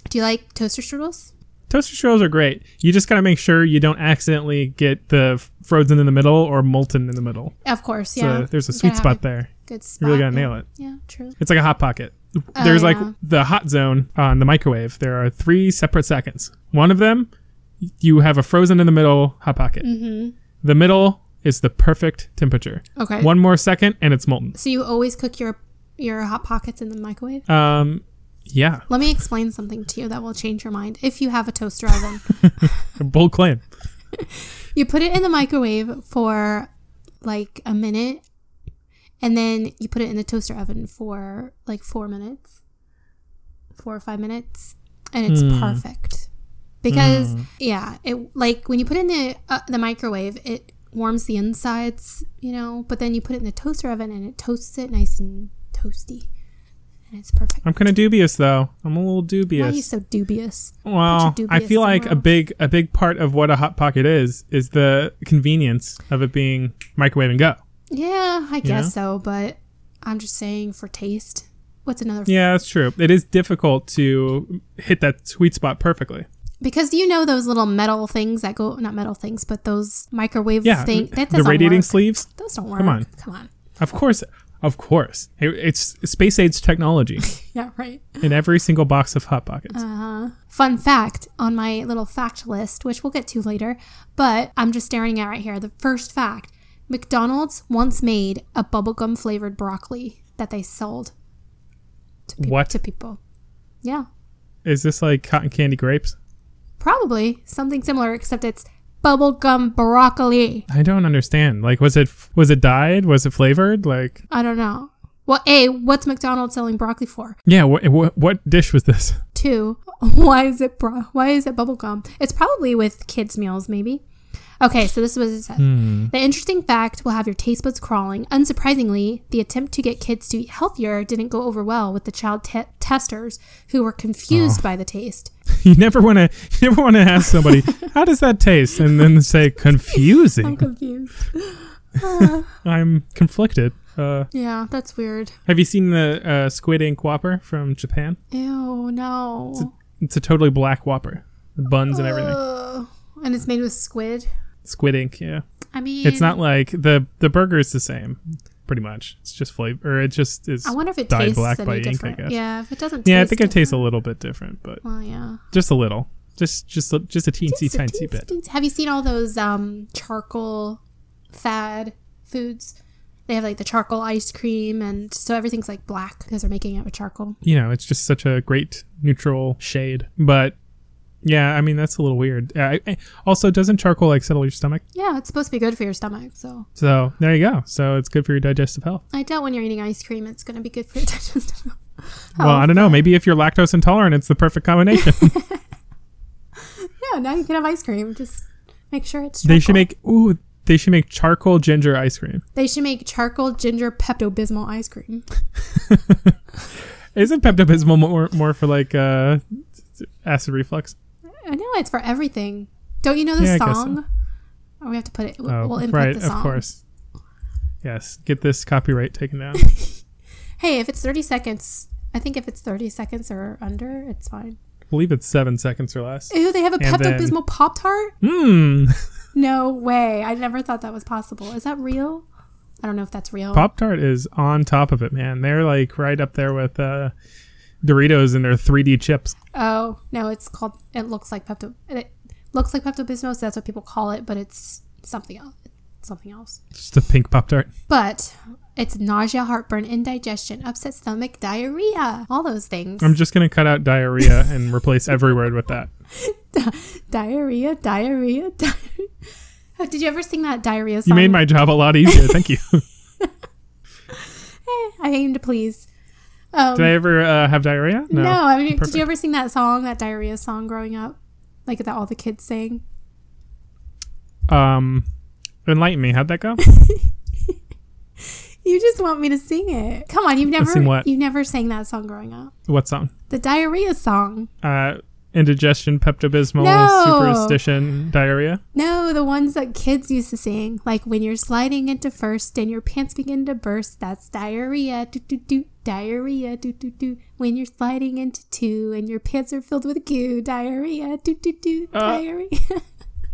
Speaker 1: Do you like toaster strudels?
Speaker 2: Toaster strudels are great. You just gotta make sure you don't accidentally get the f- frozen in the middle or molten in the middle.
Speaker 1: Of course,
Speaker 2: So
Speaker 1: yeah.
Speaker 2: there's a
Speaker 1: You
Speaker 2: sweet
Speaker 1: gotta have
Speaker 2: spot
Speaker 1: a
Speaker 2: there.
Speaker 1: Good spot.
Speaker 2: You really gotta
Speaker 1: yeah.
Speaker 2: nail it.
Speaker 1: Yeah, true.
Speaker 2: It's like a hot pocket.
Speaker 1: Oh,
Speaker 2: There's like
Speaker 1: yeah.
Speaker 2: the hot zone on the microwave. There are three separate seconds. One of them, you have a frozen in the middle hot pocket.
Speaker 1: Mm-hmm.
Speaker 2: The middle is the perfect temperature.
Speaker 1: Okay.
Speaker 2: One more second and it's molten.
Speaker 1: So you always cook your your hot pockets in the microwave?
Speaker 2: Um, yeah,
Speaker 1: Let me explain something to you that will change your mind if you have a toaster oven.
Speaker 2: a bold claim.
Speaker 1: you put it in the microwave for like a minute and then you put it in the toaster oven for like 4 minutes. 4 or 5 minutes and it's
Speaker 2: Mm.
Speaker 1: perfect. Because yeah, it like when you put it in the uh, the microwave, it warms the insides, you know, but then you put it in the toaster oven and it toasts it nice and toasty. And it's perfect.
Speaker 2: I'm kind of dubious though. I'm a little
Speaker 1: Why are you
Speaker 2: dubious.
Speaker 1: so dubious?
Speaker 2: Well,
Speaker 1: Put your
Speaker 2: I
Speaker 1: dubious
Speaker 2: feel like
Speaker 1: somewhere
Speaker 2: a
Speaker 1: else.
Speaker 2: big a big part of what a hot pocket is is the convenience of it being microwave and go.
Speaker 1: Yeah, I
Speaker 2: know?
Speaker 1: guess so, but I'm just saying for taste. What's another?
Speaker 2: Yeah, that's true. It is difficult to hit that sweet spot perfectly.
Speaker 1: Because you know those little metal things that go, not metal things, but those microwave
Speaker 2: Yeah,
Speaker 1: thing. That
Speaker 2: the
Speaker 1: doesn't
Speaker 2: radiating
Speaker 1: work.
Speaker 2: sleeves.
Speaker 1: Those don't work.
Speaker 2: Come on.
Speaker 1: Come on.
Speaker 2: Of course, of course, It- it's space
Speaker 1: [LAUGHS]
Speaker 2: age technology
Speaker 1: Yeah, right.
Speaker 2: in every single box of hot pockets.
Speaker 1: Uh, fun fact on my little fact list, which we'll get to later, but I'm just staring at right here. The first fact McDonald's once made a bubblegum flavored broccoli that they sold to, peop-
Speaker 2: What?
Speaker 1: to people. Yeah.
Speaker 2: Is this like cotton candy grapes?
Speaker 1: Probably something similar, except it's bubblegum broccoli.
Speaker 2: I don't understand. Like, was it was it dyed? Was it flavored? Like,
Speaker 1: I don't know. Well, A, what's McDonald's selling broccoli for?
Speaker 2: yeah. What what, what dish was this?
Speaker 1: [LAUGHS] Two, why is it bro- why is it bubblegum? It's probably with kids' meals, maybe. Okay, so this was it said.
Speaker 2: Hmm.
Speaker 1: The interesting fact will have your taste buds crawling. Unsurprisingly, the attempt to get kids to eat healthier didn't go over well with the child te- testers who were confused
Speaker 2: Oh.
Speaker 1: by the
Speaker 2: [LAUGHS]
Speaker 1: taste.
Speaker 2: You never want to. You never want to ask somebody
Speaker 1: [LAUGHS]
Speaker 2: how does that taste, and then say
Speaker 1: I'm [LAUGHS]
Speaker 2: confusing.
Speaker 1: confused.
Speaker 2: I'm conflicted. Uh,
Speaker 1: Yeah, that's weird.
Speaker 2: have you seen the uh, Squid Ink Whopper from Japan?
Speaker 1: Ew, no.
Speaker 2: It's a totally black Whopper, the buns and everything.
Speaker 1: Ugh. And it's made with squid.
Speaker 2: Squid Ink, yeah.
Speaker 1: I mean,
Speaker 2: It's not like the the burger is the same, pretty much. It's just flavor. Or it just is.
Speaker 1: I wonder if it
Speaker 2: dyed
Speaker 1: tastes
Speaker 2: black
Speaker 1: any
Speaker 2: by ink, I
Speaker 1: different.
Speaker 2: guess.
Speaker 1: Yeah, if it doesn't.
Speaker 2: yeah, I
Speaker 1: taste
Speaker 2: think it tastes a little bit different, but
Speaker 1: Well, yeah.
Speaker 2: just a little, just just a, just a teensy
Speaker 1: Just a
Speaker 2: tiny
Speaker 1: teensy
Speaker 2: bit.
Speaker 1: teensy- Have you seen all those um, charcoal fad foods? They have like the charcoal ice cream, and so everything's like black because they're making it with charcoal.
Speaker 2: you know, it's just such a great neutral shade. But yeah, I mean, that's a little weird. I, I- also, doesn't charcoal like settle your stomach?
Speaker 1: Yeah, it's supposed to be good for your stomach, so
Speaker 2: So there you go. So it's good for your digestive health.
Speaker 1: I doubt when you're eating ice cream it's going to be good for your [LAUGHS] digestive. health. Oh,
Speaker 2: Well, I don't know. Maybe if you're lactose intolerant, it's the
Speaker 1: [LAUGHS]
Speaker 2: perfect combination.
Speaker 1: Yeah, now you can have ice cream. Just make sure it's.
Speaker 2: they should
Speaker 1: charcoal.
Speaker 2: make ooh, they should make charcoal ginger ice cream.
Speaker 1: They should make charcoal ginger Pepto Bismol ice cream.
Speaker 2: Isn't Pepto Bismol more more for like uh, acid reflux?
Speaker 1: I know it's for everything. Don't you know the
Speaker 2: Yeah, I guess so.
Speaker 1: song? Oh, we have to put it.
Speaker 2: Oh,
Speaker 1: we'll input
Speaker 2: right,
Speaker 1: the song.
Speaker 2: of course. Yes, get this copyright taken
Speaker 1: [LAUGHS]
Speaker 2: down.
Speaker 1: Hey, if it's 30 seconds, I think if it's 30 seconds or under, it's fine.
Speaker 2: I believe it's seven seconds or less.
Speaker 1: Ew, they have a
Speaker 2: And
Speaker 1: Pepto
Speaker 2: then-
Speaker 1: Bismol Pop Tart?
Speaker 2: Hmm.
Speaker 1: No way. I never thought that was possible. Is that real? I don't know if that's real.
Speaker 2: Pop Tart is on top of it, man. They're like right up there with uh, Doritos and their 3D chips.
Speaker 1: oh, no, it's called, it looks like Pepto, it looks like Pepto Bismol, so that's what people call it, but it's something else. Something else.
Speaker 2: Just a pink Pop Tart.
Speaker 1: But it's nausea, heartburn, indigestion, upset stomach, diarrhea, all those things.
Speaker 2: I'm just gonna cut out diarrhea and replace every word with that.
Speaker 1: [LAUGHS] diarrhea, diarrhea, diarrhea. Oh, [LAUGHS] did you ever sing that diarrhea song?
Speaker 2: You made my job a lot easier.
Speaker 1: [LAUGHS]
Speaker 2: Thank you.
Speaker 1: I aim to please. Um,
Speaker 2: Did I ever uh, have diarrhea?
Speaker 1: no. I mean, did
Speaker 2: Perfect.
Speaker 1: you ever sing that song, that diarrhea song, growing up, like that all the kids sang?
Speaker 2: Um, enlighten me. How'd that go?
Speaker 1: You just want me to sing it. Come on, you've never
Speaker 2: sing what?
Speaker 1: you never sang that song growing up.
Speaker 2: what song?
Speaker 1: The diarrhea song.
Speaker 2: Uh, indigestion, Pepto Bismol,
Speaker 1: No.
Speaker 2: superstition, diarrhea.
Speaker 1: No, the ones that kids used to sing, like when you're sliding into first and your pants begin to burst. That's diarrhea, do do do, diarrhea, do do do. When you're sliding into two and your pants are filled with goo, diarrhea, do do do,
Speaker 2: Uh,
Speaker 1: diarrhea. [LAUGHS]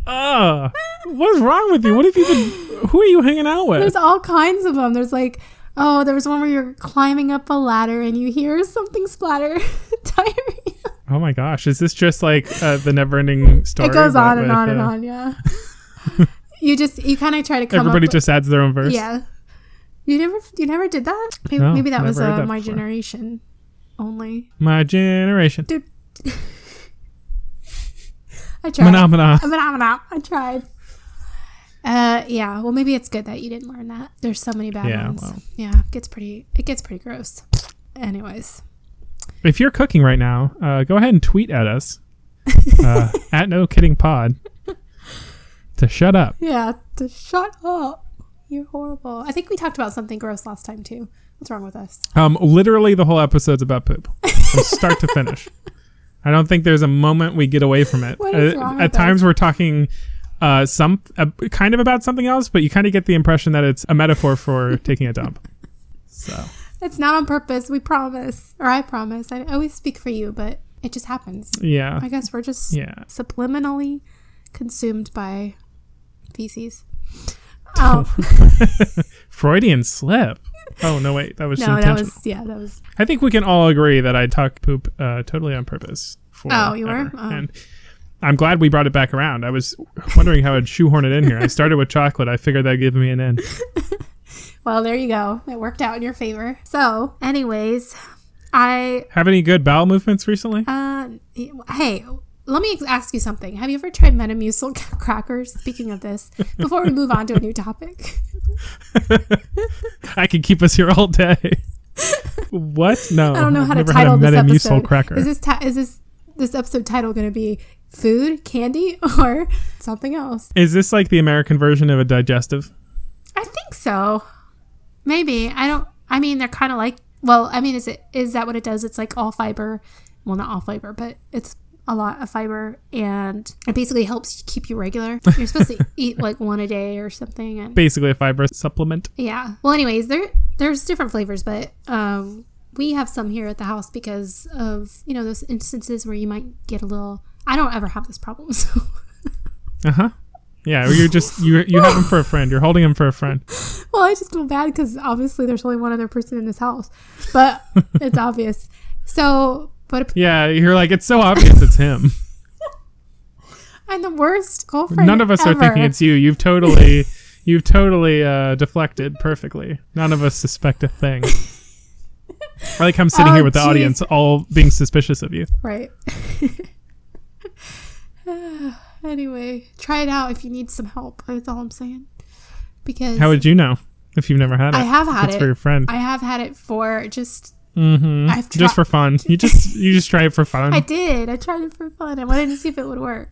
Speaker 2: Ugh. What is wrong with you? What have you been? Who are you hanging out with?
Speaker 1: There's all kinds of them. There's like, oh, there was one where you're climbing up a ladder and you hear something splatter. [LAUGHS] Diarrhea.
Speaker 2: Oh my gosh! Is this just like uh, the never-ending story?
Speaker 1: It goes
Speaker 2: but
Speaker 1: on and
Speaker 2: with,
Speaker 1: on and
Speaker 2: uh,
Speaker 1: on. Yeah.
Speaker 2: [LAUGHS]
Speaker 1: you just you kind of try to come
Speaker 2: Everybody
Speaker 1: up.
Speaker 2: just adds their own
Speaker 1: with,
Speaker 2: verse.
Speaker 1: yeah. You never you never did that. Maybe,
Speaker 2: No,
Speaker 1: maybe that was
Speaker 2: never heard
Speaker 1: uh,
Speaker 2: that
Speaker 1: my
Speaker 2: before.
Speaker 1: generation only.
Speaker 2: My generation.
Speaker 1: Dude. I tried.
Speaker 2: Phenomena.
Speaker 1: I'm an- I'm an- I tried. Uh, yeah. Well, maybe it's good that you didn't learn that. There's so many bad
Speaker 2: Yeah,
Speaker 1: ones.
Speaker 2: well.
Speaker 1: Yeah, it gets pretty. It gets pretty gross. Anyways,
Speaker 2: If you're cooking right now, uh, go ahead and tweet
Speaker 1: [LAUGHS]
Speaker 2: at us uh, at No Kidding Pod to shut up.
Speaker 1: yeah. To shut up. You're horrible. I think we talked about something gross last time too. What's wrong with us?
Speaker 2: Um, literally, the whole episode's about poop from start to finish. I don't think there's a moment we get away from it.
Speaker 1: What is
Speaker 2: Uh,
Speaker 1: wrong with
Speaker 2: at
Speaker 1: us?
Speaker 2: times, we're talking uh, some uh, kind of about something else, but you kind of get the impression that it's a
Speaker 1: [LAUGHS]
Speaker 2: metaphor for taking a dump. So
Speaker 1: It's not on purpose. We promise, or I promise. I always speak for you, but it just happens.
Speaker 2: yeah,
Speaker 1: I guess we're just
Speaker 2: yeah.
Speaker 1: subliminally consumed by feces. Um,
Speaker 2: Freudian slip. Oh no, wait, that
Speaker 1: [LAUGHS]
Speaker 2: was
Speaker 1: no,
Speaker 2: intentional.
Speaker 1: that was yeah, that was
Speaker 2: I think we can all agree that I talk poop uh, totally on purpose. For
Speaker 1: Oh, you were?
Speaker 2: ever.
Speaker 1: Oh.
Speaker 2: And I'm glad we brought it back around. I was wondering how I'd shoehorn it in here. I started with chocolate. I figured that'd give me an end.
Speaker 1: Well, there you go. It worked out in your favor. So, anyways, I
Speaker 2: Have any good bowel movements recently?
Speaker 1: uh hey, let me ask you something. Have you ever tried Metamucil [LAUGHS] crackers? Speaking of this, before we move on to a new topic, [LAUGHS]
Speaker 2: I could keep us here all day. what? No.
Speaker 1: I don't know how to
Speaker 2: Oh, never
Speaker 1: title
Speaker 2: had
Speaker 1: this
Speaker 2: a Metamucil
Speaker 1: episode.
Speaker 2: cracker.
Speaker 1: Is this ta- is this this episode title going to be? Food, candy, [LAUGHS] or something else?
Speaker 2: Is this like the American version of a digestive?
Speaker 1: I think so. Maybe I don't. I mean, they're kind of like. Well, I mean, is it is that what it does? It's like all fiber. Well, not all fiber, but it's a lot of fiber, and it basically helps keep you regular. You're supposed
Speaker 2: [LAUGHS]
Speaker 1: to eat like one a day or something, and
Speaker 2: Basically, a fiber supplement.
Speaker 1: yeah. Well, anyways, there there's different flavors, but um, we have some here at the house because of you know those instances where you might get a little. I don't ever have this problem, [LAUGHS] so
Speaker 2: Uh huh. Yeah, or you're just you you have them for a friend. You're holding them for a friend.
Speaker 1: well, I just feel bad because obviously there's only one other person in this house,
Speaker 2: [LAUGHS]
Speaker 1: but it's obvious. So, but
Speaker 2: Yeah, you're like it's so obvious it's him.
Speaker 1: I'm the worst girlfriend.
Speaker 2: None of us
Speaker 1: ever.
Speaker 2: are thinking it's you.
Speaker 1: [LAUGHS]
Speaker 2: You've totally you've totally uh, deflected perfectly. None of us suspect
Speaker 1: [LAUGHS]
Speaker 2: a thing. I like I'm sitting
Speaker 1: Oh,
Speaker 2: here with the
Speaker 1: jeez.
Speaker 2: audience, all being suspicious of you.
Speaker 1: right. [LAUGHS] anyway, try it out if you need some help. That's all I'm saying. Because
Speaker 2: How would you know if you've never had it?
Speaker 1: I have had
Speaker 2: it's
Speaker 1: it.
Speaker 2: for your friend.
Speaker 1: I have had it for just.
Speaker 2: mm-hmm.
Speaker 1: I've
Speaker 2: just
Speaker 1: tri-
Speaker 2: for fun.
Speaker 1: [LAUGHS]
Speaker 2: You just you just try it for fun.
Speaker 1: I did. I tried it for fun. I wanted to see if it would work.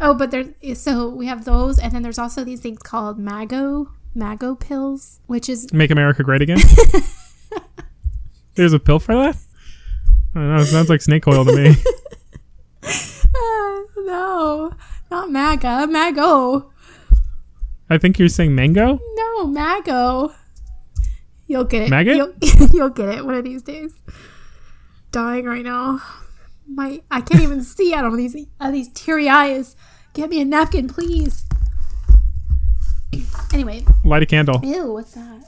Speaker 1: oh, but there's so we have those, and then there's also these things called Mago Mago pills, which is [LAUGHS]
Speaker 2: Make America Great Again. There's a pill for that. I don't know. It sounds like snake oil to me.
Speaker 1: Uh, no, not MAGA. Mago.
Speaker 2: I think you're saying mango.
Speaker 1: No, Mago. You'll get it.
Speaker 2: Maggot?
Speaker 1: You'll, [LAUGHS] you'll get it one of these days. Dying right now. My I can't even [LAUGHS] see out of these out of these teary eyes. Get me a napkin, please. Anyway,
Speaker 2: Light a candle.
Speaker 1: ew, what's that?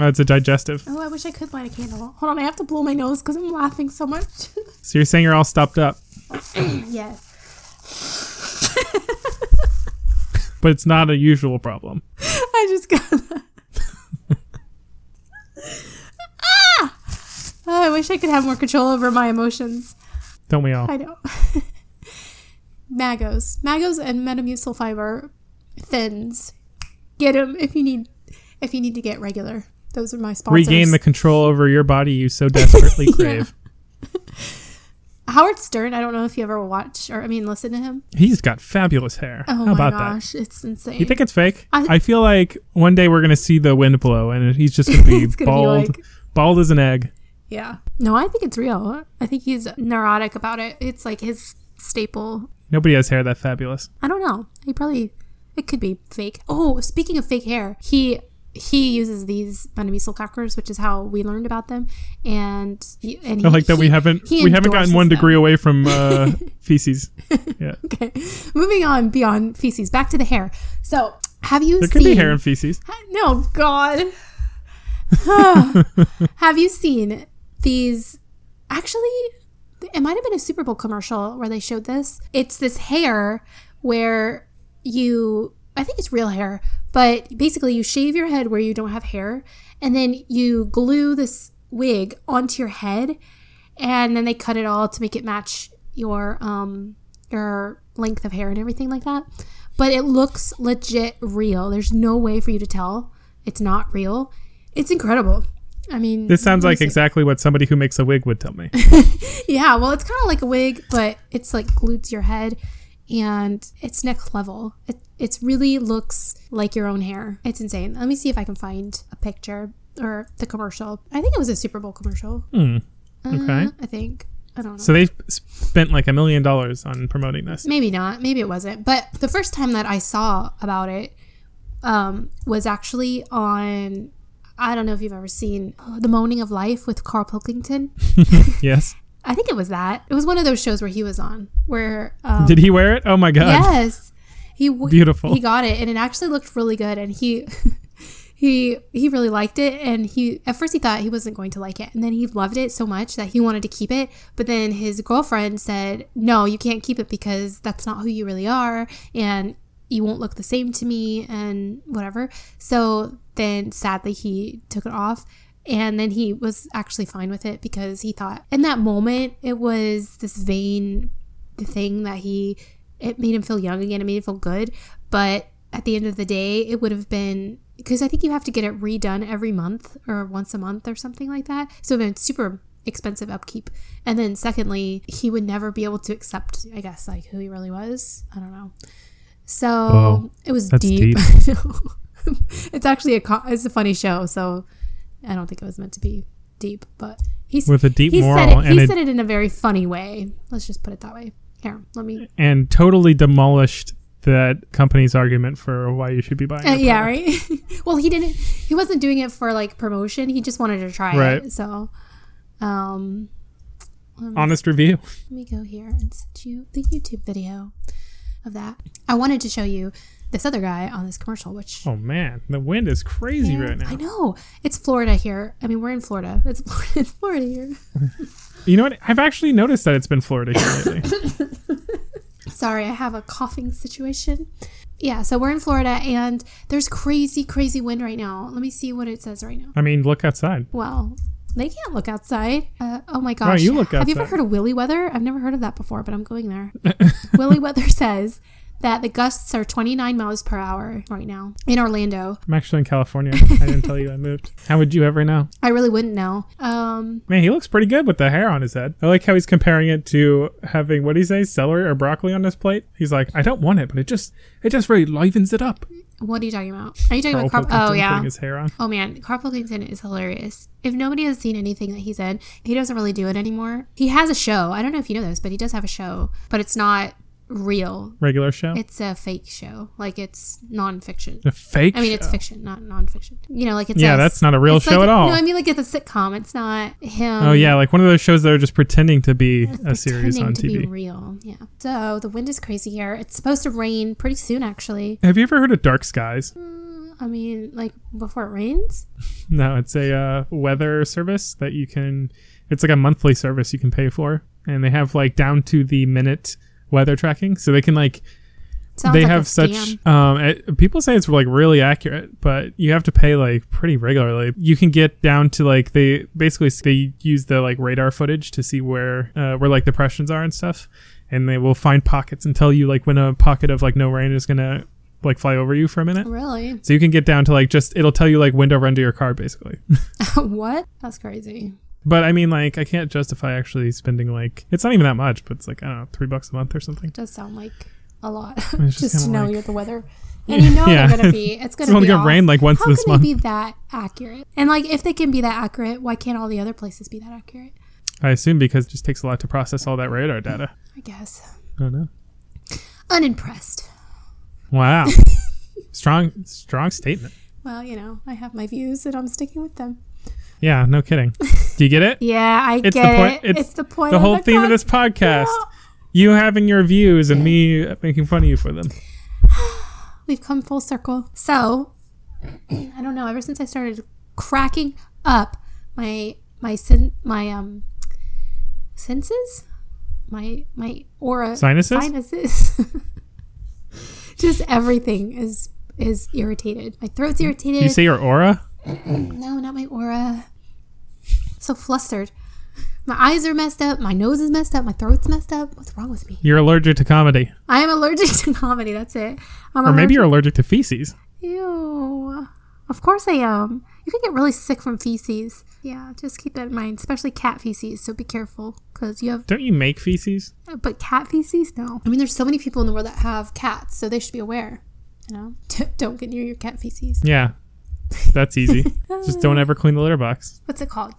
Speaker 2: Oh, it's a digestive.
Speaker 1: Oh, I wish I could light a candle. Hold on, I have to blow my nose because I'm laughing so much. [LAUGHS]
Speaker 2: So you're saying you're all stopped up,
Speaker 1: yes.
Speaker 2: but it's not a usual problem.
Speaker 1: [LAUGHS] I just got that. ah! Oh, I wish I could have more control over my emotions.
Speaker 2: Don't we all?
Speaker 1: I know. [LAUGHS] Magos. Magos and metamucil fiber thins. Get them if you need if you need to get regular. Those are my sponsors.
Speaker 2: Regain the control over your body
Speaker 1: [LAUGHS]
Speaker 2: you so desperately crave.
Speaker 1: Howard Stern, I don't know if you ever watch or I mean listen to him.
Speaker 2: He's got fabulous hair.
Speaker 1: Oh
Speaker 2: How
Speaker 1: my
Speaker 2: about that?
Speaker 1: gosh, it's insane.
Speaker 2: You think it's fake? I,
Speaker 1: I-
Speaker 2: feel like one day we're gonna see the wind blow, and he's just
Speaker 1: [LAUGHS]
Speaker 2: gonna be
Speaker 1: It's gonna be
Speaker 2: bald,
Speaker 1: like-
Speaker 2: bald as an egg.
Speaker 1: yeah. No, I think it's real. I think he's neurotic about it. It's like his staple
Speaker 2: Nobody has hair that fabulous.
Speaker 1: I don't know. He probably it could be fake. Oh, speaking of fake hair, he he uses these Benamucil cockers, which is how we learned about them. And he, and he,
Speaker 2: I like that we
Speaker 1: he-
Speaker 2: haven't
Speaker 1: he
Speaker 2: we haven't gotten
Speaker 1: endorses
Speaker 2: one
Speaker 1: them.
Speaker 2: degree away
Speaker 1: [LAUGHS]
Speaker 2: from uh, feces. Yeah,
Speaker 1: Okay, moving on beyond feces, back to the hair. So, have you
Speaker 2: there
Speaker 1: seen?
Speaker 2: could be hair in feces.
Speaker 1: No, God. [SIGHS] have you seen these? Actually, it might have been a Super Bowl commercial where they showed this. It's this hair where you, I think it's real hair, but basically you shave your head where you don't have hair, and then you glue this wig onto your head, and then they cut it all to make it match your um your length of hair and everything like that. But it looks legit real. There's no way for you to tell it's not real. It's incredible. I mean,
Speaker 2: This sounds like
Speaker 1: exactly.
Speaker 2: exactly what somebody who makes a wig would tell me.
Speaker 1: Yeah, well, it's kind of like a wig, but it's like glued to your head, and it's next level. It it's really looks like your own hair. It's insane. Let me see if I can find a picture or the commercial. I think it was a Super Bowl commercial.
Speaker 2: Okay.
Speaker 1: I think I don't know.
Speaker 2: So they spent like a million dollars on
Speaker 1: [LAUGHS]
Speaker 2: promoting this.
Speaker 1: Maybe not. Maybe it wasn't. But the first time that I saw about it um, was actually on. I don't know if you've ever seen uh, The Moaning of Life with Carl Pilkington.
Speaker 2: Yes.
Speaker 1: I think it was that. It was one of those shows where he was on, where um,
Speaker 2: Did he wear it? Oh my god.
Speaker 1: Yes. He w-
Speaker 2: Beautiful.
Speaker 1: He got it and it actually looked really good and he [LAUGHS] he he really liked it and he at first he thought he wasn't going to like it and then he loved it so much that he wanted to keep it but then his girlfriend said, "No, you can't keep it because that's not who you really are and you won't look the same to me and whatever." So then sadly he took it off and then he was actually fine with it because he thought in that moment it was this vain the thing that he it made him feel young again it made him feel good but at the end of the day it would have been because i think you have to get it redone every month or once a month or something like that so it's super expensive upkeep. And then secondly, he would never be able to accept, I guess, like who he really was. I don't know. So
Speaker 2: Whoa,
Speaker 1: it was
Speaker 2: that's
Speaker 1: deep.
Speaker 2: deep.
Speaker 1: I know. [LAUGHS] it's actually a co- it's a funny show, so I don't think it was meant to be deep, but he's
Speaker 2: with a deep
Speaker 1: he said
Speaker 2: moral
Speaker 1: it,
Speaker 2: and
Speaker 1: he
Speaker 2: a,
Speaker 1: said it in a very funny way. Let's just put it that way. Here, let me.
Speaker 2: and totally demolished that company's argument for why you should be buying.
Speaker 1: Uh, [LAUGHS]
Speaker 2: their
Speaker 1: yeah,
Speaker 2: product.
Speaker 1: right. [LAUGHS] well, he didn't. He wasn't doing it for like promotion. He just wanted to try it.
Speaker 2: Right.
Speaker 1: So, um, let me,
Speaker 2: Honest review.
Speaker 1: let me go here and send you the YouTube video of that. I wanted to show you this other guy on this commercial, which
Speaker 2: Oh man, the wind is crazy
Speaker 1: Yeah,
Speaker 2: right
Speaker 1: I
Speaker 2: now.
Speaker 1: know it's Florida here. I mean, we're in Florida. It's [LAUGHS] it's Florida here.
Speaker 2: You know what? I've actually noticed that it's been Florida
Speaker 1: [LAUGHS]
Speaker 2: here lately.
Speaker 1: Sorry, I have a coughing situation. Yeah, so we're in Florida and there's crazy, crazy wind right now. Let me see what it says right now.
Speaker 2: I mean, look outside.
Speaker 1: Well, they can't look outside. Uh, oh my gosh.
Speaker 2: Wow, you look
Speaker 1: Have you ever
Speaker 2: outside.
Speaker 1: heard of Willy Weather? I've never heard of that before, but I'm going
Speaker 2: [LAUGHS]
Speaker 1: there. Willy Weather says that the gusts are 29 miles per hour right now in Orlando.
Speaker 2: I'm actually
Speaker 1: [LAUGHS]
Speaker 2: in California. I didn't tell you I moved. How would you ever know?
Speaker 1: I really wouldn't know. Um,
Speaker 2: Man, he looks pretty good with the hair on his head. I like how he's comparing it to having what do you say, celery or broccoli on his plate. He's like, I don't want it, but it just it just really livens it up.
Speaker 1: what are you talking about? Are you talking
Speaker 2: Carl
Speaker 1: about Carp? Oh,
Speaker 2: Pilkington
Speaker 1: yeah.
Speaker 2: putting his hair on.
Speaker 1: Oh man, Carl Pilkington is hilarious. If nobody has seen anything that he's in, he doesn't really do it anymore. He has a show. I don't know if you know this, but he does have a show, but it's not real.
Speaker 2: Regular show.
Speaker 1: It's a fake show. Like it's nonfiction.
Speaker 2: the fake.
Speaker 1: I mean, it's
Speaker 2: show.
Speaker 1: fiction, not nonfiction. You know, like it's
Speaker 2: Yeah,
Speaker 1: a-
Speaker 2: that's not a real
Speaker 1: it's
Speaker 2: show
Speaker 1: like-
Speaker 2: at all.
Speaker 1: No, I mean like it's a sitcom. It's not him.
Speaker 2: oh yeah, like one of those shows that are just pretending to be a series
Speaker 1: pretending
Speaker 2: on
Speaker 1: to be
Speaker 2: TV.
Speaker 1: real. Yeah. So the wind is crazy here. It's supposed to rain pretty soon, actually.
Speaker 2: Have you ever heard of Dark Skies?
Speaker 1: I mean, like before it rains.
Speaker 2: No, it's a uh, weather service that you can. It's like a monthly service you can pay for, and they have like down to the minute weather tracking, so they can like
Speaker 1: Sounds
Speaker 2: they
Speaker 1: like a
Speaker 2: have such
Speaker 1: scam.
Speaker 2: um, it, people say it's like really accurate but you have to pay like pretty regularly you can get down to like they basically s- they use the like radar footage to see where uh, where like depressions are and stuff and they will find pockets and tell you like when a pocket of like no rain is gonna like fly over you for a minute
Speaker 1: Really? [LAUGHS]
Speaker 2: so you can get down to like just it'll tell you like when to run to your car basically [LAUGHS]
Speaker 1: what? That's crazy.
Speaker 2: but i mean like i can't justify actually spending like it's not even that much but it's like i don't know three bucks a month or something
Speaker 1: does sound like a lot. [LAUGHS]
Speaker 2: It's just
Speaker 1: just to
Speaker 2: kinda
Speaker 1: know
Speaker 2: like-
Speaker 1: you're the weather.
Speaker 2: [LAUGHS]
Speaker 1: And you know
Speaker 2: Yeah.
Speaker 1: they're gonna be it's
Speaker 2: it's
Speaker 1: gonna be
Speaker 2: only gonna
Speaker 1: off.
Speaker 2: rain like once
Speaker 1: How
Speaker 2: this
Speaker 1: can
Speaker 2: month
Speaker 1: it be that accurate? And like if they can be that accurate, why can't all the other places be that accurate?
Speaker 2: i assume because it just takes a lot to process all that radar data
Speaker 1: I guess.
Speaker 2: I don't know.
Speaker 1: Unimpressed.
Speaker 2: Wow. [LAUGHS] strong strong statement.
Speaker 1: Well, you know, I have my views and I'm sticking with them.
Speaker 2: Yeah, no kidding. Do you get [LAUGHS] it?
Speaker 1: Yeah, I
Speaker 2: It's
Speaker 1: get
Speaker 2: the point-
Speaker 1: it. It's,
Speaker 2: it's
Speaker 1: the point.
Speaker 2: The
Speaker 1: of
Speaker 2: whole theme of this podcast. You having your views and me making fun of you for them.
Speaker 1: We've come full circle. So, I don't know. Ever since I started cracking up my my sen- my um senses, my my aura
Speaker 2: Sinuses?
Speaker 1: sinuses, [LAUGHS] just everything is is irritated. My throat's irritated.
Speaker 2: You say your aura?
Speaker 1: no, not my aura. So flustered. My eyes are messed up. My nose is messed up. My throat's messed up. What's wrong with me?
Speaker 2: You're allergic to comedy.
Speaker 1: I am allergic [LAUGHS] to comedy. That's it. I'm
Speaker 2: Or
Speaker 1: allergic-
Speaker 2: maybe you're allergic to feces.
Speaker 1: Ew. Of course I am. You can get really sick from feces. Yeah, just keep that in mind, especially cat feces. So be careful because you have,
Speaker 2: Don't you make feces?
Speaker 1: but cat feces, no. I mean, there's so many people in the world that have cats, so they should be aware. You know, [LAUGHS] don't get near your cat feces.
Speaker 2: Yeah. That's [LAUGHS] easy. Just don't ever clean the litter box.
Speaker 1: What's it called?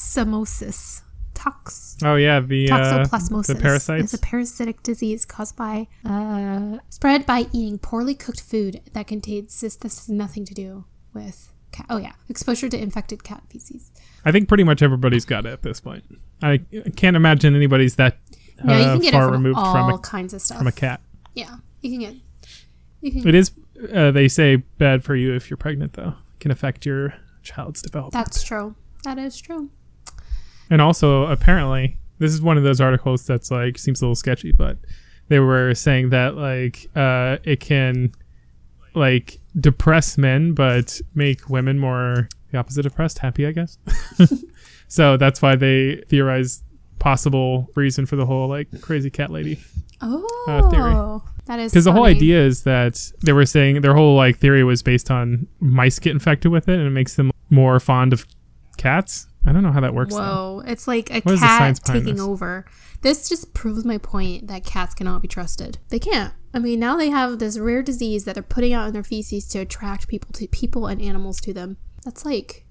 Speaker 1: Toxoplasmosis. Tox.
Speaker 2: Oh yeah, the uh,
Speaker 1: Toxoplasmosis
Speaker 2: the parasites.
Speaker 1: is a parasitic disease caused by uh, spread by eating poorly cooked food that contains this. This has nothing to do with cat. Oh yeah, exposure to infected cat feces.
Speaker 2: I think pretty much everybody's got it at this point. I can't imagine anybody's that uh,
Speaker 1: No, you can get it
Speaker 2: far
Speaker 1: from
Speaker 2: removed
Speaker 1: all
Speaker 2: from a,
Speaker 1: kinds of stuff.
Speaker 2: from a cat.
Speaker 1: yeah, you can get. You can.
Speaker 2: It is, uh, they say, bad for you if you're pregnant, though. can affect your child's development.
Speaker 1: That's true. That is true.
Speaker 2: and also, apparently, this is one of those articles that's like, seems a little sketchy, but they were saying that, like, uh, it can, like, depress men, but make women more the opposite of depressed, happy, I guess. [LAUGHS] so that's why they theorize possible reason for the whole, like, crazy cat lady.
Speaker 1: Oh,
Speaker 2: Uh, theory.
Speaker 1: that is
Speaker 2: Because the whole
Speaker 1: funny.
Speaker 2: idea is that they were saying their whole like theory was based on mice get infected with it, and it makes them more fond of cats? I don't know how that works. though.
Speaker 1: Whoa, it's like a
Speaker 2: What is the
Speaker 1: cat
Speaker 2: science behind
Speaker 1: taking
Speaker 2: this?
Speaker 1: over. This just proves my point that cats cannot be trusted. They can't. I mean, now they have this rare disease that they're putting out in their feces to attract people to people and animals to them. That's like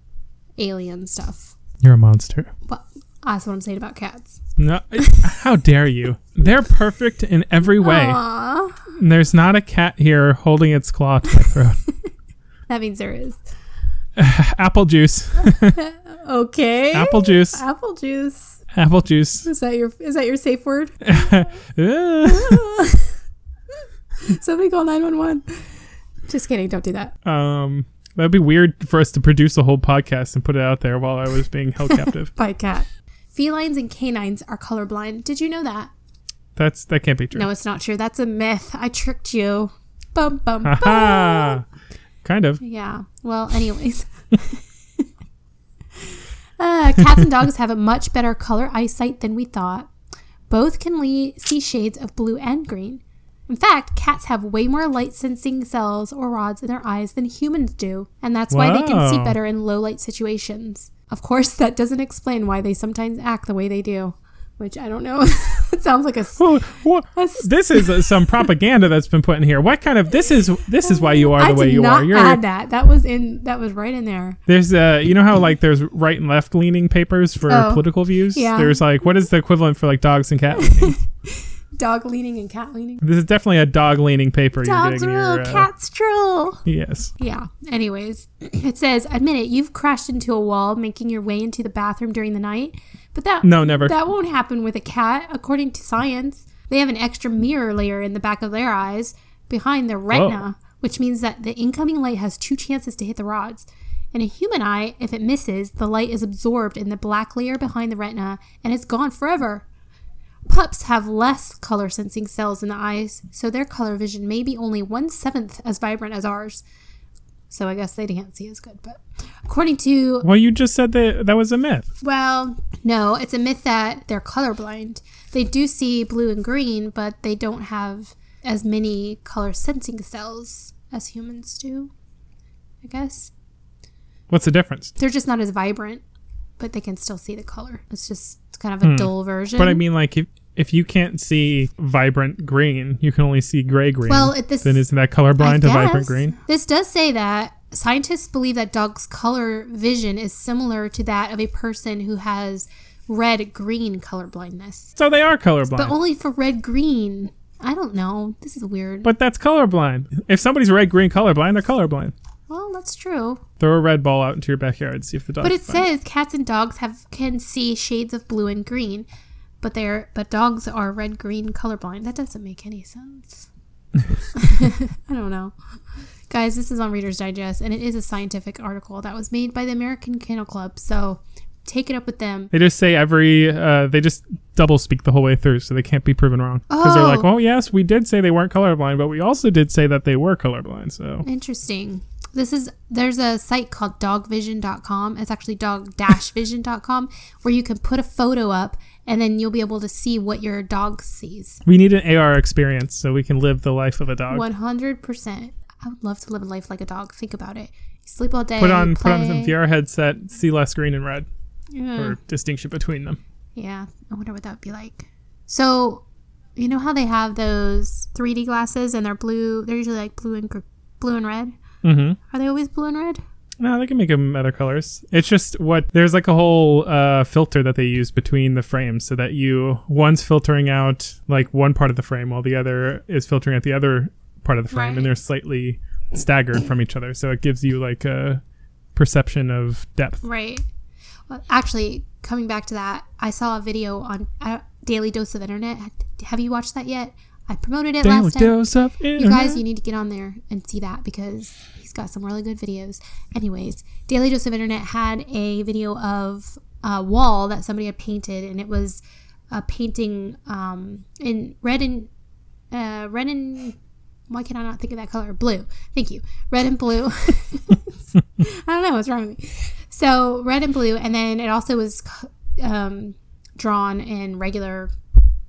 Speaker 1: alien stuff.
Speaker 2: You're a monster.
Speaker 1: But that's what I'm saying about cats.
Speaker 2: No, how dare you? They're perfect in every way.
Speaker 1: Aww,
Speaker 2: And There's not a cat here holding its claw to my throat. [LAUGHS]
Speaker 1: that means there is.
Speaker 2: Apple juice.
Speaker 1: Okay.
Speaker 2: Apple juice.
Speaker 1: Apple juice.
Speaker 2: Apple juice. [LAUGHS]
Speaker 1: Is that your is that your safe word?
Speaker 2: Ah.
Speaker 1: [LAUGHS] Somebody call nine one one. Just kidding. Don't do that.
Speaker 2: um, that'd be weird for us to produce a whole podcast and put it out there while I was being held
Speaker 1: [LAUGHS]
Speaker 2: captive.
Speaker 1: By a cat. Felines and canines are colorblind. Did you know that?
Speaker 2: That's that can't be true.
Speaker 1: No, it's not true. That's a myth. I tricked you. Bum bum bum.
Speaker 2: Aha. Kind of.
Speaker 1: yeah. Well, anyways. [LAUGHS] uh, cats and dogs have a much better color eyesight than we thought. Both can le- see shades of blue and green. In fact, cats have way more light sensing cells or rods in their eyes than humans do, and that's why they can see
Speaker 2: Wow.
Speaker 1: better in low light situations. Of course, that doesn't explain why they sometimes act the way they do, which I don't know. [LAUGHS] it sounds like a s-
Speaker 2: Oh, wha-
Speaker 1: That's-
Speaker 2: This is uh, some propaganda that's been put in here. What kind of this is this is why you are the
Speaker 1: I
Speaker 2: way
Speaker 1: did
Speaker 2: you
Speaker 1: not
Speaker 2: are. You're
Speaker 1: add that. That was in. That was right in there.
Speaker 2: There's uh you know how like there's right and left leaning papers for
Speaker 1: Oh,
Speaker 2: political views?
Speaker 1: yeah.
Speaker 2: There's like what is the equivalent for like dogs and
Speaker 1: [LAUGHS]
Speaker 2: cat leaning?
Speaker 1: Dog leaning and cat leaning.
Speaker 2: this is definitely a dog leaning paper you're
Speaker 1: Dogs
Speaker 2: getting
Speaker 1: rule,
Speaker 2: your, uh,
Speaker 1: cats drool.
Speaker 2: Yes.
Speaker 1: Yeah. Anyways, it says, admit it, you've crashed into a wall, making your way into the bathroom during the night. But that
Speaker 2: No, never.
Speaker 1: that won't happen with a cat, according to science. They have an extra mirror layer in the back of their eyes behind their retina, which means that the incoming light has two chances to hit the rods. In a human eye, if it misses, the light is absorbed in the black layer behind the retina and is gone forever. Pups have less color sensing cells in the eyes, so their color vision may be only one seventh as vibrant as ours. So I guess they can't see as good, but according to
Speaker 2: Well, you just said that that was a myth.
Speaker 1: well, no, it's a myth that they're colorblind. They do see blue and green, but they don't have as many color sensing cells as humans do, I guess.
Speaker 2: What's the difference?
Speaker 1: They're just not as vibrant, but they can still see the color. It's just it's kind of a dull version.
Speaker 2: Hmm. But I mean like if if you can't see vibrant green, you can only see gray green.
Speaker 1: Well, it- this-
Speaker 2: then isn't that
Speaker 1: I
Speaker 2: colorblind to vibrant
Speaker 1: guess.
Speaker 2: green?
Speaker 1: This does say that scientists believe that dogs' color vision is similar to that of a person who has red green color blindness,
Speaker 2: So they are colorblind.
Speaker 1: but
Speaker 2: But,
Speaker 1: only for red green. I don't know. This is weird.
Speaker 2: that's colorblind. If somebody's red green colorblind, they're colorblind.
Speaker 1: Well, that's true.
Speaker 2: Throw a red ball out into your backyard, see if the dog
Speaker 1: But it
Speaker 2: finds
Speaker 1: says cats and dogs have can see shades of blue and green, but they're but dogs are red green colorblind. That doesn't make any sense. [LAUGHS] I don't know. Guys, this is on Reader's Digest and it is a scientific article that was made by the American Kennel Club, so take it up with them.
Speaker 2: They just say every. Uh, they just double speak the whole way through, so they can't be proven wrong. Because they're like,
Speaker 1: Oh.
Speaker 2: well, yes, we did say they weren't colorblind, but we also did say that they were colorblind. So
Speaker 1: Interesting. This is there's a site called dogvision.com. It's actually dog-vision.com where you can put a photo up and then you'll be able to see what your dog sees.
Speaker 2: we need an AR experience so we can live the life of a dog.
Speaker 1: One hundred percent. I would love to live a life like a dog. Think about it. You sleep all day.
Speaker 2: Put on put
Speaker 1: play.
Speaker 2: on some VR headset, see less green and red,
Speaker 1: Yeah.
Speaker 2: or distinction between them.
Speaker 1: yeah. I wonder what that would be like. So, you know how they have those three D glasses and they're blue. They're usually like blue and gr- blue and red.
Speaker 2: Mm-hmm.
Speaker 1: Are they always blue and red?
Speaker 2: No, they can make them other colors. It's just what there's like a whole uh, filter that they use between the frames, so that you one's filtering out like one part of the frame, while the other is filtering out the other part of the frame,
Speaker 1: Right.
Speaker 2: and they're slightly staggered from each other. So it gives you like a perception of depth.
Speaker 1: Right. Well, actually, coming back to that, I saw a video on uh, Daily Dose of Internet. Have you watched that yet? I promoted it
Speaker 2: Daily
Speaker 1: last time.
Speaker 2: dose of
Speaker 1: You guys,
Speaker 2: internet.
Speaker 1: you need to get on there and see that because he's got some really good videos. Anyways, Daily Dose of Internet had a video of a wall that somebody had painted, and it was a painting um, in red and uh, red and why can I not think of that color? Blue. Thank you. Red and blue. [LAUGHS] I don't know what's wrong with me. So red and blue, and then it also was um, drawn in regular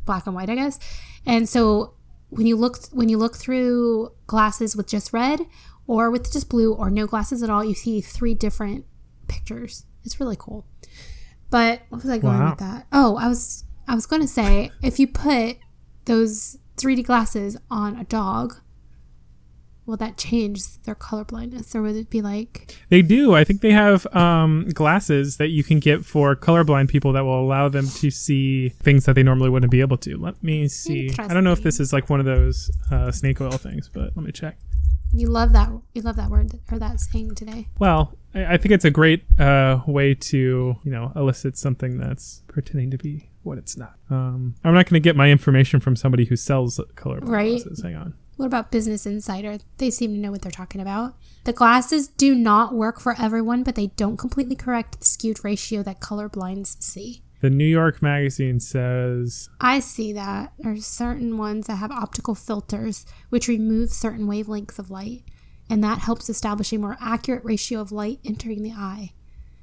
Speaker 1: black and white, I guess. And so when you look when you look through glasses with just red or with just blue or no glasses at all, you see three different pictures. It's really cool. But what was I going
Speaker 2: Wow.
Speaker 1: with that? Oh, I was I was going to say if you put those 3D glasses on a dog, will that change their color blindness, or would it be like
Speaker 2: They do. I think they have um, glasses that you can get for colorblind people that will allow them to see things that they normally wouldn't be able to. Let me see. I don't know if this is like one of those uh, snake oil things, but let me check.
Speaker 1: you love that you love that word or that saying today?
Speaker 2: Well, I, I think it's a great uh, way to you know elicit something that's pretending to be what it's not. Um, I'm not going to get my information from somebody who sells colorblind
Speaker 1: Right.
Speaker 2: glasses. Hang on.
Speaker 1: What about Business Insider? They seem to know what they're talking about. The glasses do not work for everyone, but they don't completely correct the skewed ratio that colorblind see.
Speaker 2: The New York Magazine says
Speaker 1: I see that there's certain ones that have optical filters which remove certain wavelengths of light, and that helps establish a more accurate ratio of light entering the eye.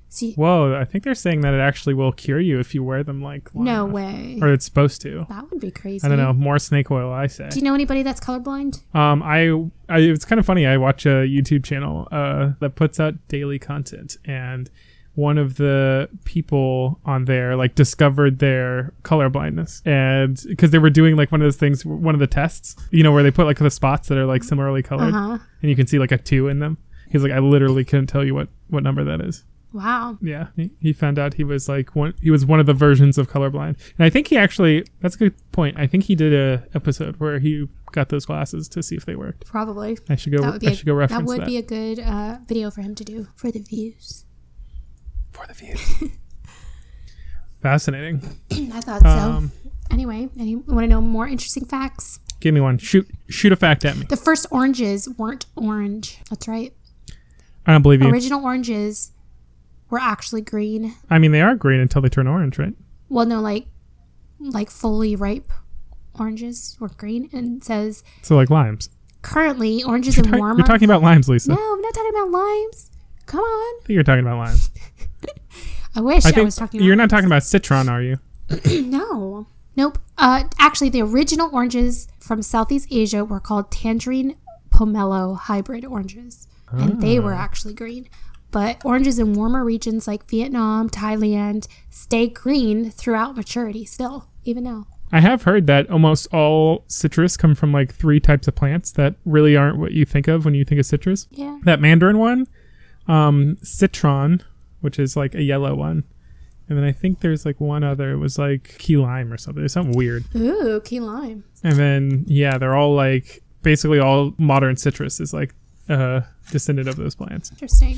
Speaker 1: See,
Speaker 2: Whoa, I think they're saying that it actually will cure you if you wear them like long
Speaker 1: no
Speaker 2: enough.
Speaker 1: way.
Speaker 2: Or it's supposed to.
Speaker 1: That would be crazy.
Speaker 2: I don't know. More snake oil, I say.
Speaker 1: Do you know anybody that's colorblind?
Speaker 2: Um, I, I it's kind of funny. I watch a YouTube channel uh, that puts out daily content, and one of the people on there like discovered their color blindness, and because they were doing like one of those things, one of the tests, you know, where they put like the spots that are like similarly
Speaker 1: Uh
Speaker 2: colored,
Speaker 1: huh.
Speaker 2: and you can see like a two in them. He's like, I literally couldn't tell you what what number that is.
Speaker 1: Wow.
Speaker 2: Yeah, he- he found out he was like one. He was one of the versions of colorblind, and I think he actually. That's a good point. I think he did a episode where he got those glasses to see if they worked.
Speaker 1: Probably.
Speaker 2: I should go.
Speaker 1: That would be
Speaker 2: I
Speaker 1: a-
Speaker 2: should go reference
Speaker 1: That
Speaker 2: that.
Speaker 1: would be a good uh, video for him to do for the views. [CLEARS THROAT]
Speaker 2: for the views.
Speaker 1: [LAUGHS]
Speaker 2: Fascinating.
Speaker 1: I thought
Speaker 2: Um,
Speaker 1: so. Anyway, any, want to know more interesting facts?
Speaker 2: give me one. Shoot, shoot a fact at me.
Speaker 1: The first oranges weren't orange. That's right.
Speaker 2: I don't believe you.
Speaker 1: Original oranges were actually green.
Speaker 2: I mean, they are green until they turn orange, right?
Speaker 1: Well, no, like like fully ripe oranges were green. And it says
Speaker 2: So like limes.
Speaker 1: currently oranges in
Speaker 2: You're
Speaker 1: warmer.
Speaker 2: talking about limes, Lisa.
Speaker 1: no, I'm not talking about limes. Come on.
Speaker 2: I think you're talking about limes.
Speaker 1: I wish
Speaker 2: I
Speaker 1: I,
Speaker 2: think
Speaker 1: was talking.
Speaker 2: you're
Speaker 1: about
Speaker 2: not talking about citron, are you?
Speaker 1: No. Nope. Uh, actually, the original oranges from Southeast Asia were called tangerine pomelo hybrid oranges, and they were actually green. But oranges in warmer regions like Vietnam, Thailand stay green throughout maturity still, even now.
Speaker 2: I have heard that almost all citrus come from like three types of plants that really aren't what you think of when you think of citrus.
Speaker 1: Yeah.
Speaker 2: That mandarin one, um, citron, which is like a yellow one, and then I think there's like one other. It was like key lime or something. It's something weird.
Speaker 1: Ooh, key lime.
Speaker 2: And then yeah, they're all like basically all modern citrus is like uh, descendant of those plants.
Speaker 1: Interesting.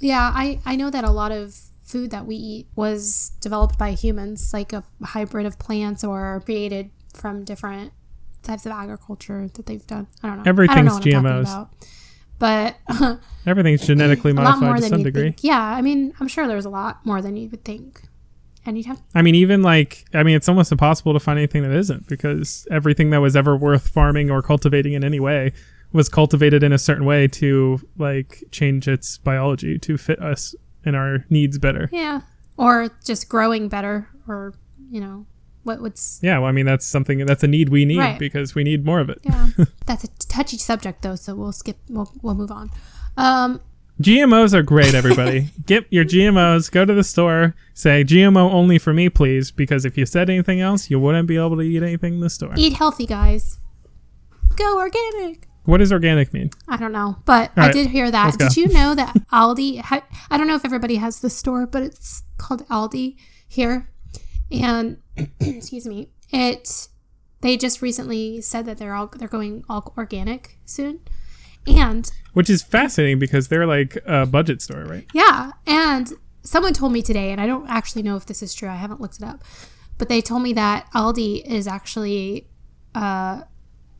Speaker 1: Yeah, I, I know that a lot of food that we eat was developed by humans, like a hybrid of plants or created from different types of agriculture that they've done. I don't know. I don't know what
Speaker 2: Everything's
Speaker 1: I'm talking
Speaker 2: GMOs.
Speaker 1: about. But [LAUGHS]
Speaker 2: Everything's genetically
Speaker 1: a lot more
Speaker 2: modified to
Speaker 1: than
Speaker 2: some
Speaker 1: you
Speaker 2: degree.
Speaker 1: think. Yeah, I mean, I'm sure there's a lot more than you would think. And you'd have
Speaker 2: I mean, even like, I mean, it's almost impossible to find anything that isn't because everything that was ever worth farming or cultivating in any way was cultivated in a certain way to like change its biology to fit us and our needs better.
Speaker 1: yeah, or just growing better, or you know, what would s-
Speaker 2: Yeah, well, I mean, that's something that's a need we need
Speaker 1: Right.
Speaker 2: because we need more of it. [LAUGHS]
Speaker 1: yeah. That's a touchy subject though, so we'll skip. We'll, we'll move on. Um,
Speaker 2: GMOs are
Speaker 1: [LAUGHS]
Speaker 2: great, everybody. Get your GMOs, go to the store, say GMO only for me, please, because if you said anything else, you wouldn't be able to eat anything in the store.
Speaker 1: eat healthy, guys. Go organic.
Speaker 2: What does organic mean?
Speaker 1: I don't know, but I
Speaker 2: right,
Speaker 1: did hear that.
Speaker 2: let's go.
Speaker 1: Did you know that Aldi? Ha- I don't know if everybody has the store, but it's called Aldi here, and [CLEARS THROAT] excuse me, it. They just recently said that they're all they're going all organic soon, and
Speaker 2: Which is fascinating because they're like a budget store, right?
Speaker 1: yeah, and someone told me today, and I don't actually know if this is true. I haven't looked it up, but they told me that Aldi is actually a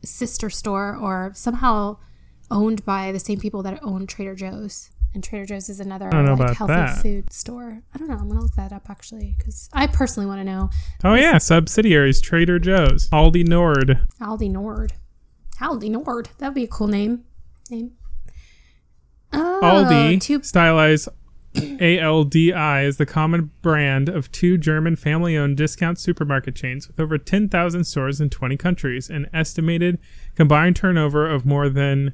Speaker 1: sister store or somehow owned by the same people that own Trader Joe's. And Trader Joe's is another
Speaker 2: don't know
Speaker 1: like,
Speaker 2: about
Speaker 1: healthy
Speaker 2: that.
Speaker 1: food store. I don't know. I'm gonna look that up actually because I personally want to know
Speaker 2: Oh yeah, subsidiaries: Trader Joe's, Aldi Nord.
Speaker 1: Aldi Nord. Aldi Nord. That'd be a cool name. Name. Oh,
Speaker 2: Aldi,
Speaker 1: two-
Speaker 2: stylized A L D I, is the common brand of two German family-owned discount supermarket chains with over 10,000 stores in 20 countries, an estimated combined turnover of more than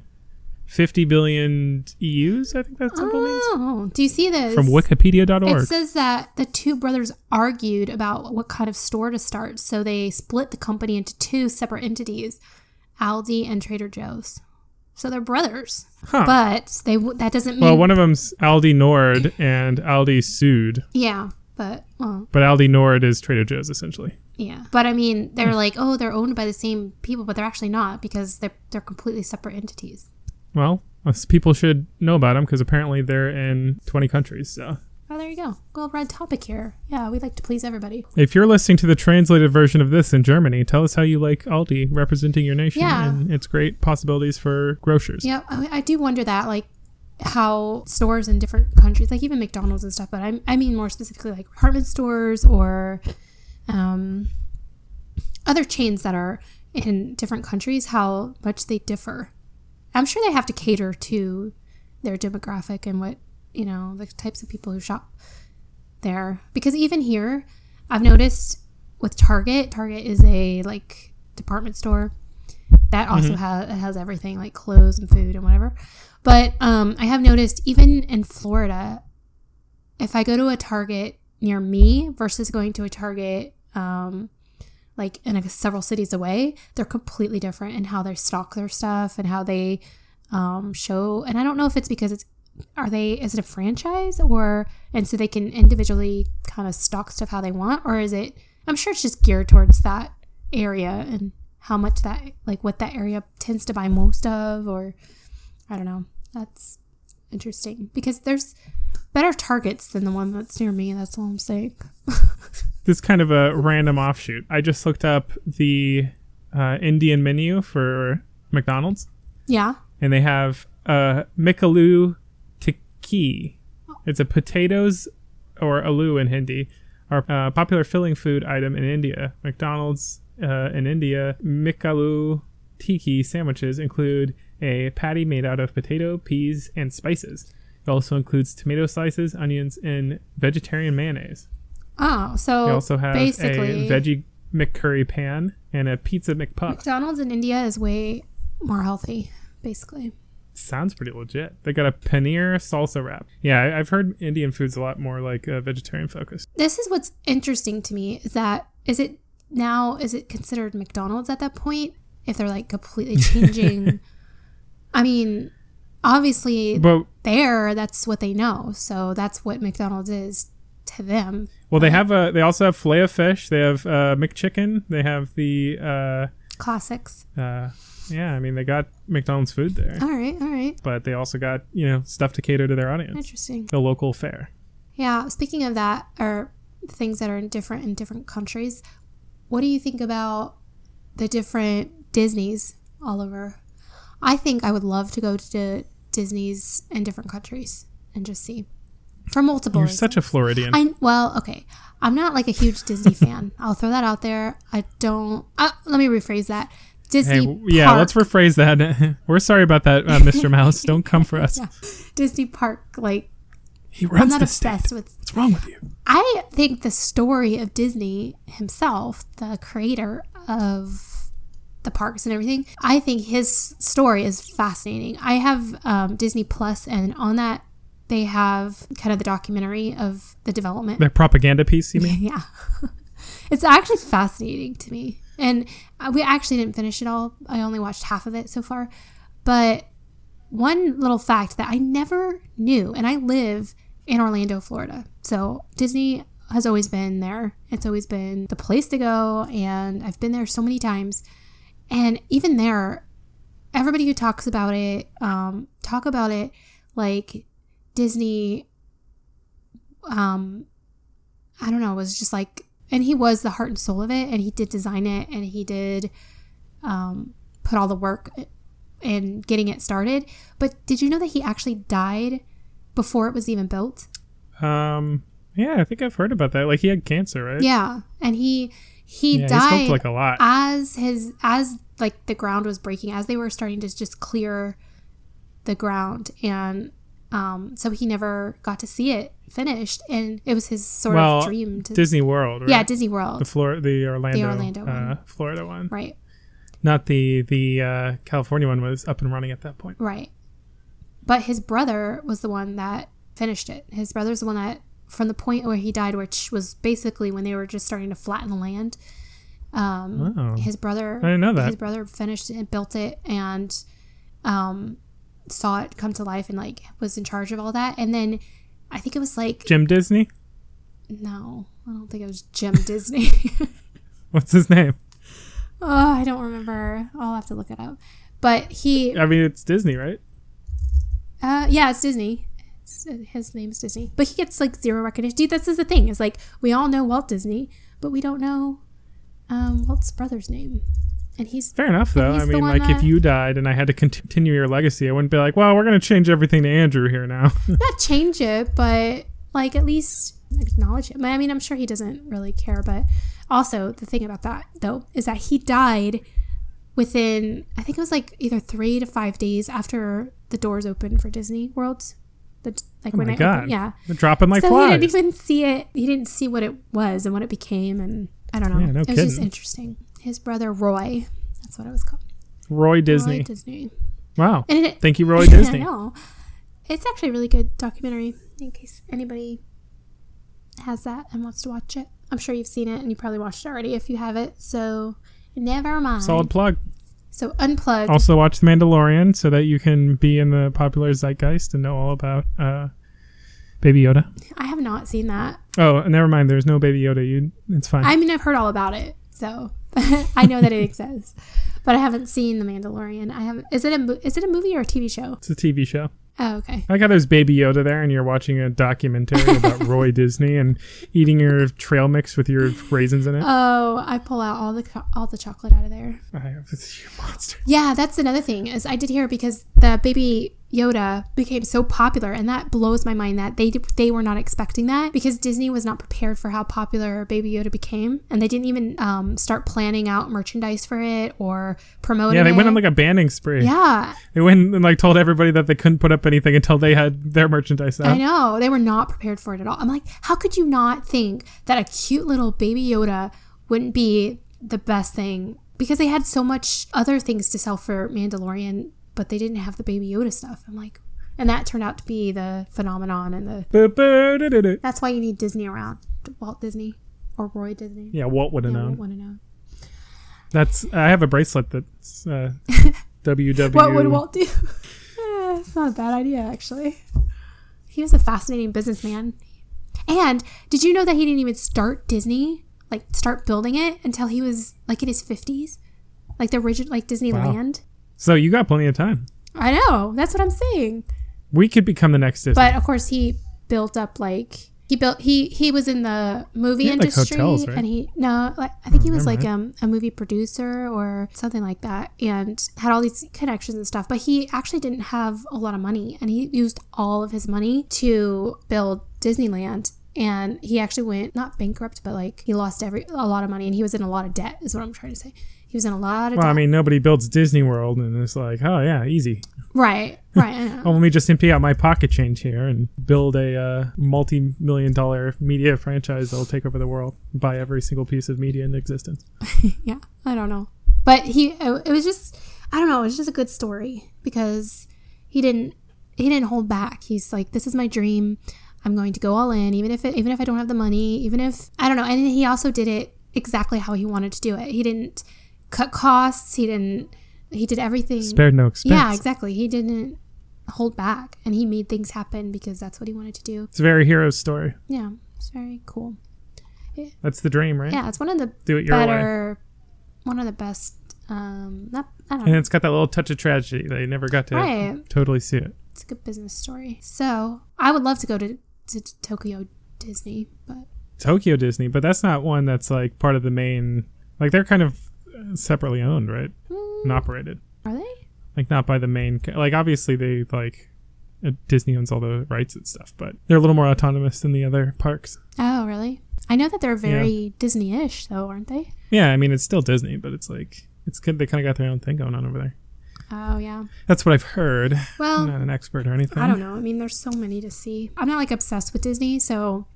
Speaker 2: 50 billion EUs, I think that's what it means.
Speaker 1: Oh, do you see this?
Speaker 2: From
Speaker 1: It
Speaker 2: wikipedia.org.
Speaker 1: says that the two brothers argued about what kind of store to start, so they split the company into two separate entities, Aldi and Trader Joe's. So they're brothers,
Speaker 2: Huh.
Speaker 1: but they w- that doesn't mean
Speaker 2: Well, one of them's Aldi Nord and Aldi Sud,
Speaker 1: yeah, but well,
Speaker 2: but Aldi Nord is Trader Joe's essentially.
Speaker 1: yeah, but I mean
Speaker 2: Hmm.
Speaker 1: they're like oh they're owned by the same people, but they're actually not because they're they're completely separate entities.
Speaker 2: Well, us people should know about them because apparently they're in 20 countries. So
Speaker 1: Oh, there you go. Well, red topic here. Yeah, we like to please everybody.
Speaker 2: if you're listening to the translated version of this in Germany, tell us how you like Aldi representing your nation
Speaker 1: Yeah.
Speaker 2: and its great possibilities for grocers.
Speaker 1: Yeah, I, I do wonder that, like how stores in different countries, like even McDonald's and stuff. But I, I mean more specifically, like department stores or um, other chains that are in different countries, how much they differ. I'm sure they have to cater to their demographic and what you know the types of people who shop there. Because even here, I've noticed with Target, Target is a like department store that also ha has everything like clothes and food and whatever. But um, I have noticed even in Florida, if I go to a Target near me versus going to a Target um, like in a, several cities away, they're completely different in how they stock their stuff and how they um, show. And I don't know if it's because it's are they is it a franchise or and so they can individually kind of stock stuff how they want or is it i'm sure it's just geared towards that area and how much that like what that area tends to buy most of or i don't know that's interesting because there's better targets than the one that's near me that's all i'm saying
Speaker 2: This is kind of a random offshoot. I just looked up the uh, Indian menu for McDonald's
Speaker 1: yeah
Speaker 2: and they have uh, Mikaloo Tikki. It's a potatoes or aloo in Hindi, are a popular filling food item in India. McDonald's uh, in India, Mikaloo Tiki sandwiches include a patty made out of potato, peas, and spices. It also includes tomato slices, onions, and vegetarian mayonnaise.
Speaker 1: oh so
Speaker 2: They also have
Speaker 1: basically
Speaker 2: a veggie McCurry pan and a pizza McPuff.
Speaker 1: mcdonald's in india is way more healthy basically
Speaker 2: Sounds pretty legit. They got a paneer salsa wrap. Yeah, I- I've heard Indian food's a lot more like uh, vegetarian focused.
Speaker 1: this is what's interesting to me is that is it now is it considered McDonald's at that point if they're like completely changing I mean obviously
Speaker 2: But
Speaker 1: there that's what they know so that's what McDonald's is to them
Speaker 2: well, they have a. They also have filet of fish. They have uh, McChicken. They have the. Uh,
Speaker 1: classics
Speaker 2: uh, yeah, I mean they got McDonald's food there,
Speaker 1: all right all right
Speaker 2: but they also got you know stuff to cater to their audience,
Speaker 1: interesting
Speaker 2: the local fare.
Speaker 1: yeah speaking of that or things that are different in different countries what do you think about the different Disneys all over I think I would love to go to Disney's in different countries and just see for multiple.
Speaker 2: You're
Speaker 1: reasons.
Speaker 2: such a Floridian.
Speaker 1: I well, okay. I'm not like a huge Disney fan. [LAUGHS] I'll throw that out there. I don't. Uh, let me rephrase that. Disney.
Speaker 2: Hey, w- yeah,
Speaker 1: Park-
Speaker 2: let's rephrase that. [LAUGHS] We're sorry about that, uh,
Speaker 1: [LAUGHS]
Speaker 2: Mr. Mouse. Don't come for us.
Speaker 1: Disney Park. Like
Speaker 2: He
Speaker 1: I'm
Speaker 2: runs
Speaker 1: not
Speaker 2: the
Speaker 1: obsessed
Speaker 2: state.
Speaker 1: with.
Speaker 2: What's wrong with you?
Speaker 1: I think the story of Disney himself, the creator of the parks and everything, I think his story is fascinating. I have um, Disney Plus, and on that they have kind of the documentary of the development
Speaker 2: Their propaganda piece, you mean?
Speaker 1: yeah [LAUGHS] it's actually fascinating to me and uh, we actually didn't finish it all i only watched half of it so far but one little fact that i never knew and i live in orlando florida so disney has always been there it's always been the place to go and i've been there so many times and even there everybody who talks about it um, talk about it like disney um, I don't know, was just like, and he was the heart and soul of it, and he did design it, and he did um, put all the work in getting it started. But did you know that he actually died before it was even built?
Speaker 2: Um. Yeah, I think I've heard about that. Like he had cancer, right?
Speaker 1: Yeah, and he he
Speaker 2: yeah,
Speaker 1: died
Speaker 2: He smoked like a lot.
Speaker 1: as his as like the ground was breaking, as they were starting to just clear the ground, and um, so he never got to see it finished, and it was his sort
Speaker 2: Well,
Speaker 1: of dream to.
Speaker 2: Disney World, right?
Speaker 1: yeah, Disney
Speaker 2: the
Speaker 1: World.
Speaker 2: Flor- the Orlando,
Speaker 1: Orlando
Speaker 2: uh,
Speaker 1: one.
Speaker 2: Florida one.
Speaker 1: Right.
Speaker 2: Not the the uh, California one was up and running at that point.
Speaker 1: Right. But his brother was the one that finished it. His brother's the one that, from the point where he died, which was basically when they were just starting to flatten the land. Um,
Speaker 2: Wow.
Speaker 1: His brother,
Speaker 2: I didn't know that.
Speaker 1: His brother finished it and built it and um, saw it come to life and like was in charge of all that. And then I think it was like
Speaker 2: Jim Disney?
Speaker 1: no, I don't think it was Jim Disney. [LAUGHS]
Speaker 2: What's his name?
Speaker 1: oh, I don't remember. I'll have to look it up. But he
Speaker 2: I mean, it's Disney, right?
Speaker 1: Uh, yeah, it's Disney. It's, his name's Disney, but he gets like zero recognition. Dude, this is the thing. Is like we all know Walt Disney, but we don't know um, Walt's brother's name, and he's
Speaker 2: Fair enough, though.
Speaker 1: he's
Speaker 2: I
Speaker 1: the
Speaker 2: mean,
Speaker 1: one
Speaker 2: like, if
Speaker 1: that-
Speaker 2: you died and I had to continue your legacy, I wouldn't be like, well, we're going to change everything to Andrew here now. [LAUGHS]
Speaker 1: not change it, but like at least acknowledge it. I mean, I'm sure he doesn't really care, but also the thing about that though is that he died within I think it was like either three to five days after the doors opened for Disney World. The, like when
Speaker 2: Oh my
Speaker 1: I
Speaker 2: God.
Speaker 1: opened, yeah.
Speaker 2: They're dropping like
Speaker 1: so he
Speaker 2: flies.
Speaker 1: didn't even see it. He didn't see what it was and what it became, and I don't know.
Speaker 2: Yeah, no
Speaker 1: it was just
Speaker 2: kidding.
Speaker 1: interesting. His brother Roy, that's what it was called.
Speaker 2: Roy Disney.
Speaker 1: Roy Disney.
Speaker 2: Wow.
Speaker 1: And it,
Speaker 2: Thank you, [LAUGHS] Roy
Speaker 1: [LAUGHS]
Speaker 2: Disney.
Speaker 1: I know. It's actually a really good documentary. In case anybody has that and wants to watch it, I'm sure you've seen it and you probably watched it already if you have it. So never mind.
Speaker 2: Solid plug.
Speaker 1: So unplugged.
Speaker 2: Also, watch The Mandalorian so that you can be in the popular zeitgeist and know all about uh, Baby Yoda.
Speaker 1: I have not seen that.
Speaker 2: Oh, never mind. There's no Baby Yoda. You, it's
Speaker 1: [LAUGHS]
Speaker 2: fine.
Speaker 1: I mean, I've heard all about it, so [LAUGHS] I know that it exists, but I haven't seen The Mandalorian. I haven't. Is it a mo- is it a movie or a TV show?
Speaker 2: it's a TV show.
Speaker 1: Oh, okay.
Speaker 2: I like how there's Baby Yoda there, and you're watching a
Speaker 1: [LAUGHS]
Speaker 2: documentary about Roy Disney and eating your trail mix with your raisins in it.
Speaker 1: Oh, I pull out all the cho- all the chocolate out of there.
Speaker 2: I have you monster.
Speaker 1: Yeah, that's another thing is I did hear because the baby Yoda became so popular, and that blows my mind that they d- they were not expecting that because Disney was not prepared for how popular Baby Yoda became, and they didn't even um, start planning out merchandise for it or promoting.
Speaker 2: Yeah, they
Speaker 1: it.
Speaker 2: went on like a banning spree.
Speaker 1: yeah,
Speaker 2: They went and like told everybody that they couldn't put up anything until they had their merchandise
Speaker 1: I
Speaker 2: out.
Speaker 1: know. They were not prepared for it at all. I'm like, how could you not think that a cute little baby Yoda wouldn't be the best thing? Because they had so much other things to sell for Mandalorian, but they didn't have the baby Yoda stuff. I'm like, and that turned out to be the phenomenon and the
Speaker 2: Ba-ba-da-da-da.
Speaker 1: that's why you need Disney around. Walt Disney or Roy Disney.
Speaker 2: Yeah, Walt would have
Speaker 1: I
Speaker 2: known.
Speaker 1: want to know.
Speaker 2: That's I have a bracelet
Speaker 1: [LAUGHS]
Speaker 2: that's uh, WW.
Speaker 1: What would Walt do? [LAUGHS] Eh, It's not a bad idea, actually. He was a fascinating businessman. And did you know that he didn't even start Disney, like start building it until he was like in his 50s? Like the original, like Disneyland?
Speaker 2: So you got plenty of time.
Speaker 1: I know. That's what I'm saying.
Speaker 2: We could become the next Disney.
Speaker 1: But of course, he built up like. He built. He he was in the movie
Speaker 2: had, like,
Speaker 1: industry,
Speaker 2: hotels, right? Hmm,
Speaker 1: and he no, like, I think he was like
Speaker 2: remember
Speaker 1: um, a movie producer or something like that, and had all these connections and stuff. But he actually didn't have a lot of money, and he used all of his money to build Disneyland. And he actually went not bankrupt, but like he lost every a lot of money, and he was in a lot of debt. Is what I'm trying to say. He was in a lot of
Speaker 2: well,
Speaker 1: debt.
Speaker 2: I mean, nobody builds Disney World, and it's like, oh yeah, easy.
Speaker 1: right, right. I know.
Speaker 2: Oh, let me just empty out my pocket change here and build a uh, multi-million dollar media franchise that'll take over the world, buy every single piece of media in existence.
Speaker 1: yeah i don't know but he it was just i don't know it was just a good story because he didn't he didn't hold back he's like this is my dream i'm going to go all in even if it, even if i don't have the money even if i don't know and he also did it exactly how he wanted to do it he didn't cut costs he didn't he did everything
Speaker 2: Spared no expense.
Speaker 1: yeah exactly he didn't hold back and he made things happen because that's what he wanted to do
Speaker 2: It's a very hero story.
Speaker 1: yeah it's very cool
Speaker 2: That's the dream, right?
Speaker 1: yeah it's one of the
Speaker 2: Do it your way.
Speaker 1: better one of the best um not, i don't know
Speaker 2: And it's got that little touch of tragedy that you never got to
Speaker 1: Right.
Speaker 2: totally see it.
Speaker 1: it's a good business story so i would love to go to, to tokyo disney but
Speaker 2: Tokyo Disney, but that's not one that's like part of the main. Like they're kind of uh, separately owned, right?
Speaker 1: mm,
Speaker 2: And operated.
Speaker 1: are they
Speaker 2: Like not by the main. co- Like obviously they like uh, Disney owns all the rights and stuff, but they're a little more autonomous than the other parks.
Speaker 1: oh really i know that they're very disney-ish though aren't they
Speaker 2: Yeah, I mean it's still Disney, but it's like it's good. They kind of got their own thing going on over there.
Speaker 1: oh yeah
Speaker 2: That's what I've heard.
Speaker 1: well
Speaker 2: I'm not an expert or anything.
Speaker 1: i don't know i mean there's so many to see i'm not like obsessed with disney so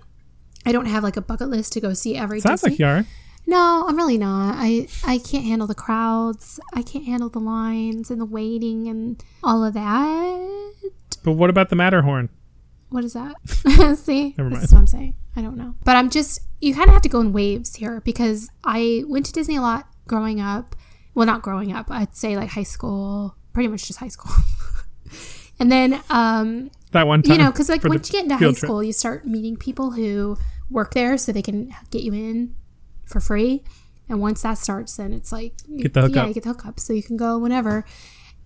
Speaker 1: i don't have like a bucket list to go see every
Speaker 2: Sounds
Speaker 1: disney
Speaker 2: like you are.
Speaker 1: No, I'm really not. I I can't handle the crowds. I can't handle the lines and the waiting and all of that. left.
Speaker 2: But what about the Matterhorn?
Speaker 1: What is that? [LAUGHS] See,
Speaker 2: Never
Speaker 1: that's what I'm saying. I don't know, but I'm just you kind of have to go in waves here because I went to Disney a lot growing up. Well, not growing up. I'd say like high school, pretty much just high school. [LAUGHS] and then um,
Speaker 2: That one time.
Speaker 1: you know, because like
Speaker 2: for the
Speaker 1: once you get into high
Speaker 2: field trip.
Speaker 1: school, you start meeting people who work there, so they can get you in for free. And once that starts, then it's like
Speaker 2: Get the
Speaker 1: yeah,
Speaker 2: hookup.
Speaker 1: you get the hookup, so you can go whenever.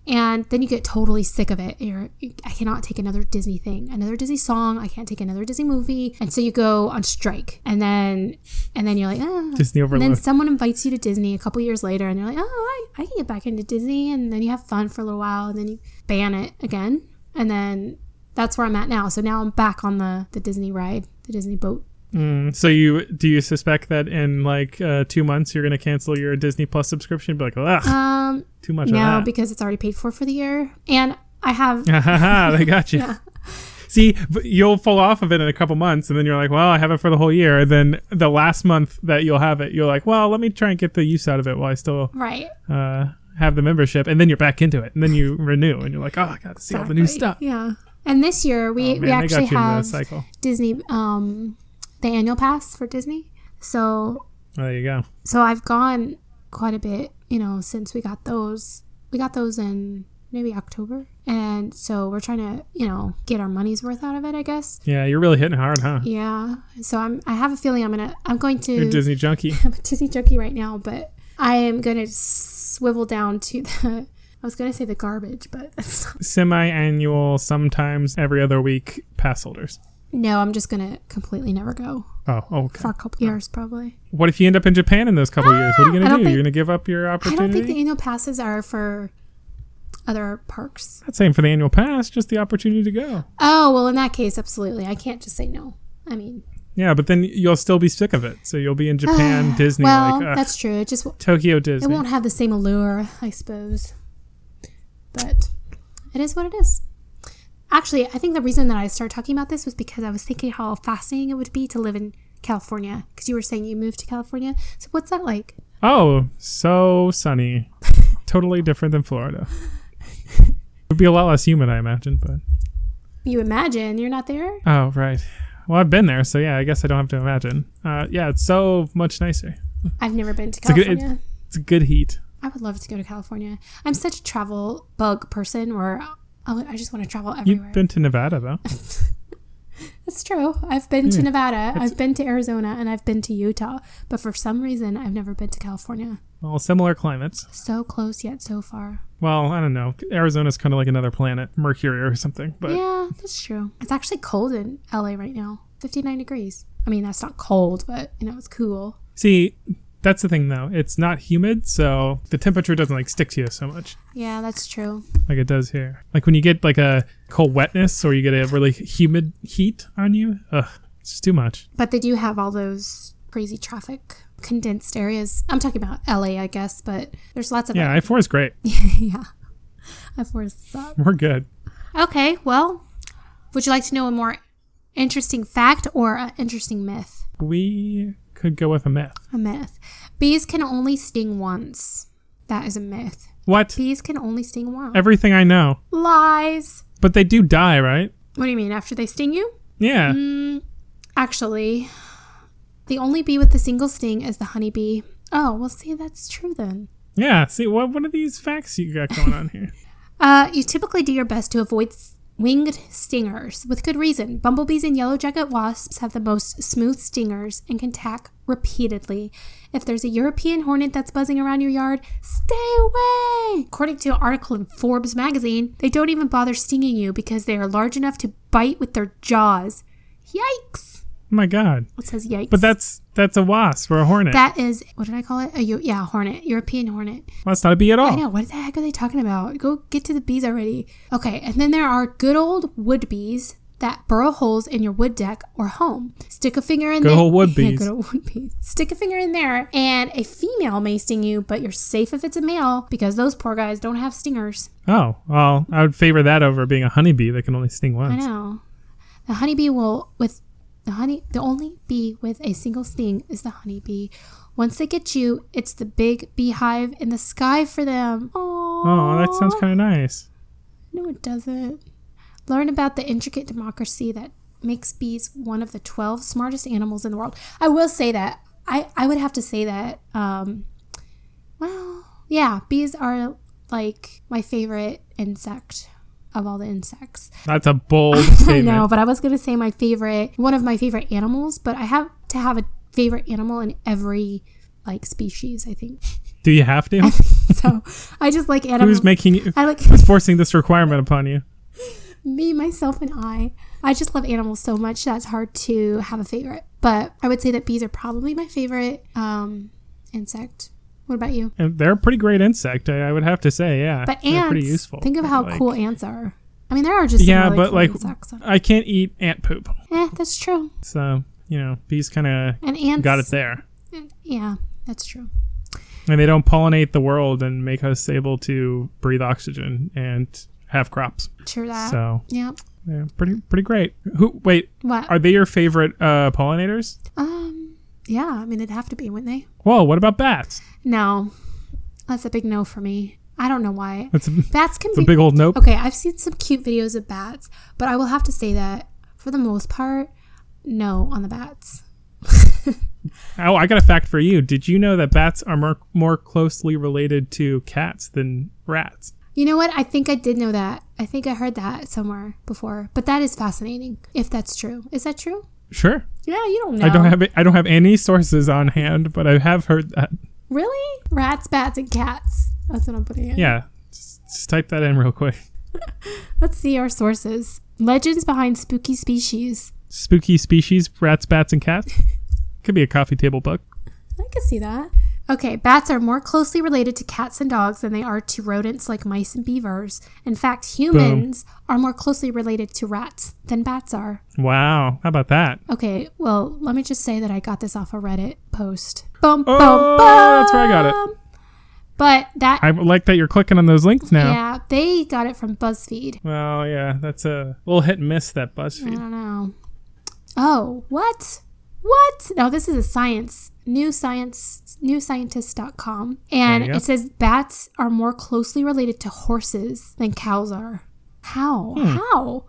Speaker 1: And then you get totally sick of it. You're, I cannot take another Disney thing, another Disney song. I can't take another Disney movie, and so you go on strike. And then, and then you're like, ah.
Speaker 2: Disney
Speaker 1: And then
Speaker 2: Overload.
Speaker 1: someone invites you to Disney a couple years later, and they're like, "Oh, I, I can get back into Disney." And then you have fun for a little while, and then you ban it again, and then that's where I'm at now. So now I'm back on the the Disney ride, the Disney boat.
Speaker 2: Mm, so you do you suspect that in like uh, two months you're going to cancel your Disney Plus subscription? Be like, ugh,
Speaker 1: Um,
Speaker 2: too much
Speaker 1: no,
Speaker 2: of that.
Speaker 1: because it's already paid for for the year, and I have
Speaker 2: [LAUGHS] Ha ha ha, they got you. See, but you'll fall off of it in a couple months, and then you're like, well, I have it for the whole year. And then the last month that you'll have it, you're like, well, let me try and get the use out of it while I still
Speaker 1: right.
Speaker 2: uh, have the membership. And then you're back into it, and then you [LAUGHS] renew, and you're like, oh, I got to see all the new
Speaker 1: Exactly.
Speaker 2: stuff.
Speaker 1: Yeah, and this year we
Speaker 2: Oh, Man,
Speaker 1: we
Speaker 2: they got
Speaker 1: actually
Speaker 2: you in the
Speaker 1: have
Speaker 2: cycle.
Speaker 1: Disney um the annual pass for Disney. So
Speaker 2: There you go.
Speaker 1: so I've gone quite a bit, you know, since we got those. We got those in maybe October. And so we're trying to, you know, get our money's worth out of it, I guess.
Speaker 2: Yeah, you're really hitting hard, huh?
Speaker 1: Yeah. So I'm I have a feeling I'm going to I'm going
Speaker 2: You're a
Speaker 1: to
Speaker 2: Disney junkie.
Speaker 1: I'm a [LAUGHS] Disney junkie right now, but I am going to swivel down to the I was going to say the garbage, but that's not.
Speaker 2: Semi-annual, sometimes every other week pass holders.
Speaker 1: No, I'm just going to completely never go
Speaker 2: Oh, okay.
Speaker 1: for a couple years probably.
Speaker 2: What if you end up in Japan in those couple years? What are you
Speaker 1: Ah, I
Speaker 2: gonna
Speaker 1: don't
Speaker 2: do?
Speaker 1: think-
Speaker 2: You're gonna give up your
Speaker 1: I
Speaker 2: opportunity?
Speaker 1: don't think the annual passes are for other parks.
Speaker 2: Not saying for the annual pass, just the opportunity to go.
Speaker 1: Oh, well, in that case, absolutely. I can't just say no. I mean,
Speaker 2: Yeah, but then you'll still be sick of it. So you'll be in
Speaker 1: [SIGHS]
Speaker 2: Japan, Disney,
Speaker 1: well,
Speaker 2: like uh,
Speaker 1: that's true. It just w-
Speaker 2: Tokyo
Speaker 1: it
Speaker 2: Disney.
Speaker 1: won't have the same allure, I suppose. But it is what it is. Actually, I think the reason that I started talking about this was because I was thinking how fascinating it would be to live in California. Because you were saying you moved to California. So what's that like?
Speaker 2: Oh, so [LAUGHS] sunny. totally different than Florida. It would be a lot less humid, I imagine, but
Speaker 1: You imagine you're not there.
Speaker 2: Oh, right. Well, I've been there, so yeah, I guess I don't have to imagine. Uh, yeah, it's so much nicer.
Speaker 1: I've never been to
Speaker 2: a good- it-
Speaker 1: California.
Speaker 2: It's a good heat.
Speaker 1: I would love to go to California. I'm such a travel bug person, where I I just want to travel everywhere.
Speaker 2: You've been to Nevada [LAUGHS] though.
Speaker 1: That's true. I've been to
Speaker 2: Yeah.
Speaker 1: Nevada, I've been to Arizona, and I've been to Utah. But for some reason, I've never been to California.
Speaker 2: Well, similar climates.
Speaker 1: So close yet so far.
Speaker 2: Well, I don't know. Arizona's kind of like another planet, Mercury or something. But
Speaker 1: yeah, that's true. It's actually cold in LA right now 59 degrees. I mean, that's not cold, but you know, it's cool.
Speaker 2: see, that's the thing though. It's not humid, so the temperature doesn't like stick to you so much
Speaker 1: Yeah, that's true.
Speaker 2: like it does here. Like when you get like a cold wetness or you get a really humid heat on you, ugh, it's just too much.
Speaker 1: But they do have all those crazy traffic condensed areas. I'm talking about LA, I guess, but there's lots of
Speaker 2: Yeah, I four is great. [LAUGHS]
Speaker 1: yeah. I forced that.
Speaker 2: We're good.
Speaker 1: Okay, well, would you like to know a more interesting fact or an interesting myth?
Speaker 2: We could go with a myth.
Speaker 1: A myth. Bees can only sting once. That is a myth.
Speaker 2: What?
Speaker 1: Bees can only sting once.
Speaker 2: Everything I know,
Speaker 1: Lies.
Speaker 2: but they do die, right?
Speaker 1: What do you mean, after they sting you?
Speaker 2: Yeah.
Speaker 1: Mm-hmm. Actually, the only bee with a single sting is the honeybee. Oh, well, see, that's true then.
Speaker 2: Yeah. See, what what are these facts you got going on here? [LAUGHS]
Speaker 1: Uh, you typically do your best to avoid s- winged stingers, with good reason. Bumblebees and yellow jacket wasps have the most smooth stingers and can tack repeatedly. If there's a European hornet that's buzzing around your yard, stay away! According to an article in Forbes magazine, they don't even bother stinging you because they are large enough to bite with their jaws. Yikes!
Speaker 2: Oh my god.
Speaker 1: It says yikes.
Speaker 2: But that's that's a wasp or a hornet.
Speaker 1: that is what did I call it? A Eu- yeah, hornet, European hornet.
Speaker 2: Well, that's not a bee at all.
Speaker 1: I know. What the heck are they talking about? Go get to the bees already. Okay. And then there are good old wood bees that burrow holes in your wood deck or home. Stick a finger in
Speaker 2: Good
Speaker 1: there.
Speaker 2: old
Speaker 1: [LAUGHS]
Speaker 2: wood
Speaker 1: Yeah,
Speaker 2: bees.
Speaker 1: good old wood bees. Stick a finger in there, and a female may sting you, but you're safe if it's a male because those poor guys don't have stingers.
Speaker 2: Oh, well, I would favor that over being a honeybee that can only sting
Speaker 1: I
Speaker 2: once.
Speaker 1: know. The honeybee will with the honey. The only bee with a single sting is the honeybee. Once they get you, it's the big beehive in the sky for them. Aww.
Speaker 2: Oh, that sounds kind of nice.
Speaker 1: No, it doesn't. Learn about the intricate democracy that makes bees one of the 12 smartest animals in the world. I will say that. I, I would have to say that. Um, well, yeah, bees are like my favorite insect of all the insects.
Speaker 2: That's a bold
Speaker 1: [LAUGHS]
Speaker 2: statement.
Speaker 1: I know, but I was going to say my favorite, one of my favorite animals, but I have to have a favorite animal in every like species, I think. [LAUGHS]
Speaker 2: Do you have to?
Speaker 1: so I just like animals.
Speaker 2: Who's making you?
Speaker 1: I like
Speaker 2: Who's forcing this requirement upon you?
Speaker 1: me, myself, and I. I just love animals so much that's hard to have a favorite. But I would say that bees are probably my favorite um, insect. What about you?
Speaker 2: And they're a pretty great insect. I, I would have to say, yeah.
Speaker 1: But
Speaker 2: they're
Speaker 1: ants.
Speaker 2: pretty useful.
Speaker 1: Think of how
Speaker 2: Like-
Speaker 1: cool ants are. I mean, there are just some
Speaker 2: Yeah,
Speaker 1: really
Speaker 2: but
Speaker 1: cool
Speaker 2: like
Speaker 1: insects.
Speaker 2: I can't eat ant poop,
Speaker 1: Eh, that's true.
Speaker 2: so you know bees kind of
Speaker 1: And ants eh,
Speaker 2: got it there,
Speaker 1: Yeah, that's true.
Speaker 2: and they don't pollinate the world and make us able to breathe oxygen and have crops.
Speaker 1: True that.
Speaker 2: So
Speaker 1: Yeah.
Speaker 2: yeah, pretty pretty great. Who? Wait,
Speaker 1: What?
Speaker 2: are they your favorite uh, pollinators?
Speaker 1: um. Yeah. I mean, it'd have to be, wouldn't they?
Speaker 2: Whoa, what about bats?
Speaker 1: No, that's a big no for me. I don't know why.
Speaker 2: That's a, that's
Speaker 1: Bats can
Speaker 2: a
Speaker 1: be
Speaker 2: big old nope.
Speaker 1: Okay, I've seen some cute videos of bats, but I will have to say that for the most part, no on the bats. [LAUGHS]
Speaker 2: Oh, I got a fact for you. Did you know that bats are more, more closely related to cats than rats?
Speaker 1: You know what? I think I did know that. I think I heard that somewhere before, but that is fascinating if that's true. Is that true?
Speaker 2: Sure.
Speaker 1: Yeah, you don't know.
Speaker 2: I don't have it- I don't have any sources on hand, but I have heard that.
Speaker 1: Really? Rats, bats, and cats. That's what I'm putting in.
Speaker 2: Yeah. Just, just type that in real quick.
Speaker 1: Let's see our sources. Legends behind spooky species.
Speaker 2: Spooky species: rats, bats, and cats.
Speaker 1: [LAUGHS]
Speaker 2: Could be a coffee table book.
Speaker 1: I can see that. Okay, bats are more closely related to cats and dogs than they are to rodents like mice and beavers. In fact, humans are more closely related to rats than bats are.
Speaker 2: Wow. How about that?
Speaker 1: Okay, well, let me just say that I got this off a Reddit post. Bum,
Speaker 2: Oh,
Speaker 1: bum, bum.
Speaker 2: that's where I got it.
Speaker 1: But that,
Speaker 2: I like that you're clicking on those links now.
Speaker 1: yeah, they got it from BuzzFeed.
Speaker 2: Well, yeah, that's a little hit and miss that
Speaker 1: I
Speaker 2: BuzzFeed.
Speaker 1: don't know. Oh, what? What? No, this is a science. New science newscientist.com. And
Speaker 2: There you go.
Speaker 1: it says bats are more closely related to horses than cows are. How?
Speaker 2: Hmm.
Speaker 1: How?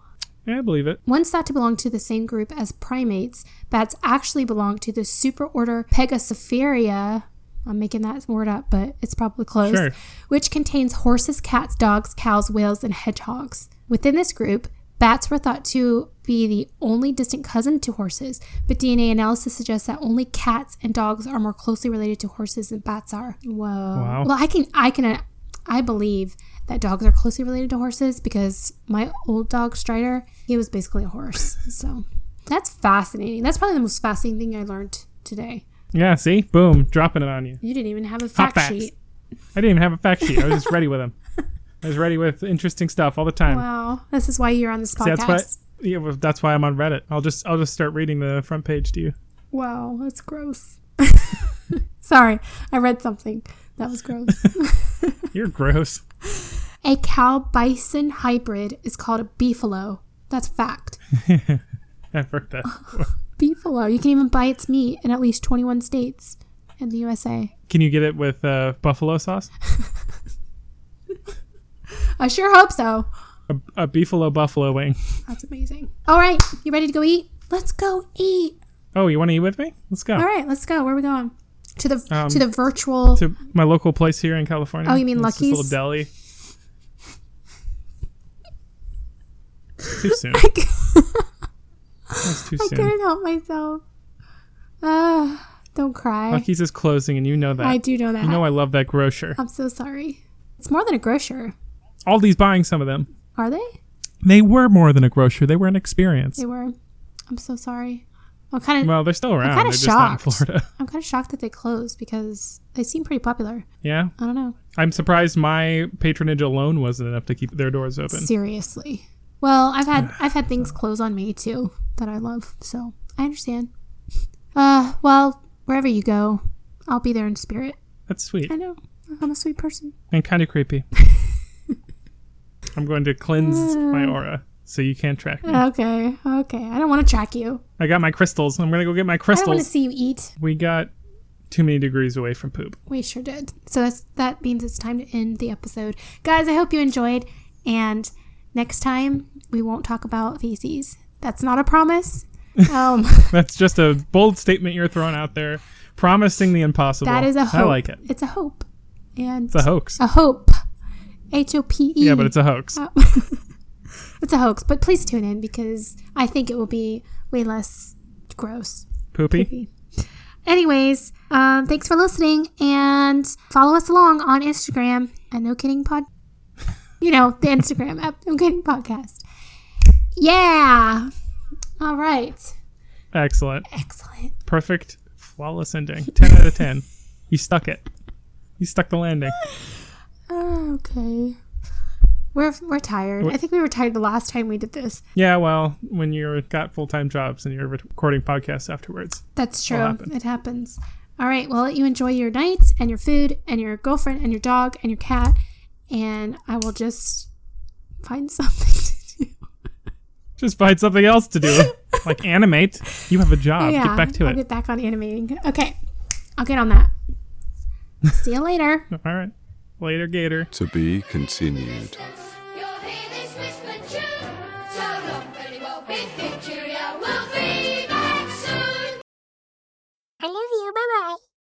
Speaker 2: Yeah, I believe it.
Speaker 1: Once thought to belong to the same group as primates, bats actually belong to the superorder Pegaciferia. I'm making that word up, but it's probably close.
Speaker 2: Sure.
Speaker 1: Which contains horses, cats, dogs, cows, whales, and hedgehogs. Within this group, bats were thought to be the only distant cousin to horses, but DNA analysis suggests that only cats and dogs are more closely related to horses than bats are. Whoa.
Speaker 2: Wow.
Speaker 1: Well, I can, I can, uh, I believe that dogs are closely related to horses because my old dog Strider, he was basically a horse. So that's fascinating. That's probably the most fascinating thing I learned today.
Speaker 2: Yeah. See, boom, dropping it on you.
Speaker 1: You didn't even have a
Speaker 2: Hot
Speaker 1: fact
Speaker 2: facts.
Speaker 1: sheet.
Speaker 2: I didn't even have a fact sheet. I was just ready
Speaker 1: [LAUGHS]
Speaker 2: with them. I was ready with interesting stuff all the time.
Speaker 1: Wow, this is why you're on this
Speaker 2: See,
Speaker 1: podcast.
Speaker 2: that's why. Yeah, well, that's why I'm on Reddit. I'll just I'll just start reading the front page to you.
Speaker 1: Wow, that's gross. [LAUGHS] Sorry, I read something that was gross.
Speaker 2: [LAUGHS] You're gross. [LAUGHS]
Speaker 1: a cow bison hybrid is called a beefalo. That's fact.
Speaker 2: I've heard that.
Speaker 1: Beefalo. You can even buy its meat in at least 21 states in the USA.
Speaker 2: Can you get it with uh, buffalo sauce?
Speaker 1: I sure hope so.
Speaker 2: A, a beefalo buffalo wing.
Speaker 1: That's amazing. All right, you ready to go eat? Let's go eat.
Speaker 2: Oh, you want to eat with me? Let's go
Speaker 1: All right, let's go. Where are we going? To the
Speaker 2: Oh. Um,
Speaker 1: to the virtual. [LAUGHS]
Speaker 2: to my local place here in California.
Speaker 1: Oh, you mean
Speaker 2: It's This little
Speaker 1: Lucky's?
Speaker 2: deli. Too soon.
Speaker 1: I
Speaker 2: That's too soon.
Speaker 1: couldn't help myself. Uh, don't cry.
Speaker 2: Lucky's is closing, and you know that.
Speaker 1: I do know that.
Speaker 2: you know I love that grocer.
Speaker 1: I'm so sorry. It's more than a grocer.
Speaker 2: Aldi's buying some of them.
Speaker 1: Are they?
Speaker 2: They were more than a grocer. They were an experience.
Speaker 1: They were. I'm so sorry. I'm kind of
Speaker 2: Well, they're still around.
Speaker 1: kinda
Speaker 2: They're just not in
Speaker 1: shocked.
Speaker 2: Florida. [LAUGHS]
Speaker 1: I'm kind of shocked that they closed because they seem pretty popular.
Speaker 2: Yeah,
Speaker 1: I don't know.
Speaker 2: I'm surprised my patronage alone wasn't enough to keep their doors open.
Speaker 1: Seriously. Well, I've had I've had things close on me too that I love, so I understand. Uh, well, wherever you go, I'll be there in spirit.
Speaker 2: That's sweet
Speaker 1: I know. I'm a sweet person.
Speaker 2: and kind
Speaker 1: [LAUGHS]
Speaker 2: of creepy. I'm going to cleanse my aura so you can't track me.
Speaker 1: Okay, okay. I don't want to track you.
Speaker 2: I got my crystals. I'm going to go get my
Speaker 1: I don't want to
Speaker 2: crystals.
Speaker 1: see you eat.
Speaker 2: We got too many degrees away from poop.
Speaker 1: We sure did. So that's, that means it's time to end the episode, guys. I hope you enjoyed, and Next time, we won't talk about feces. That's not a
Speaker 2: [LAUGHS]
Speaker 1: promise. Um,
Speaker 2: That's just a bold statement you're throwing out there, promising the impossible.
Speaker 1: that is a hope.
Speaker 2: I like it.
Speaker 1: It's a hope. And
Speaker 2: It's a hoax.
Speaker 1: a hope. H O P E.
Speaker 2: Yeah, but it's
Speaker 1: [LAUGHS]
Speaker 2: a hoax.
Speaker 1: It's a hoax, but please tune in because I think it will be way less gross.
Speaker 2: Poopy.
Speaker 1: [LAUGHS] Anyways, um, thanks for listening and follow us along on Instagram at No Kidding Pod. [LAUGHS] You know, the Instagram at No Kidding Podcast. Yeah. All right.
Speaker 2: Excellent.
Speaker 1: Excellent.
Speaker 2: Perfect. Flawless ending. 10 out of 10. You stuck it. You stuck the landing.
Speaker 1: Okay. We're, we're tired. I think we were tired the last time we did this.
Speaker 2: Yeah, well, when you've got full time jobs and you're recording podcasts afterwards.
Speaker 1: That's true.
Speaker 2: Will happen.
Speaker 1: It happens. All right. Well, you enjoy your nights and your food and your girlfriend and your dog and your cat. And I will just find [LAUGHS] something to do.
Speaker 2: Just find something else to do. like animate. You have a job.
Speaker 1: yeah.
Speaker 2: Get back to
Speaker 1: I'll
Speaker 2: it.
Speaker 1: get back on animating. Okay. I'll get on that. See you later.
Speaker 2: All right. Later, Gator.
Speaker 3: To be continued.
Speaker 4: You'll hear this whispered tune. So long, very well, big, big cheerio. We'll be back soon.
Speaker 5: I love you. Bye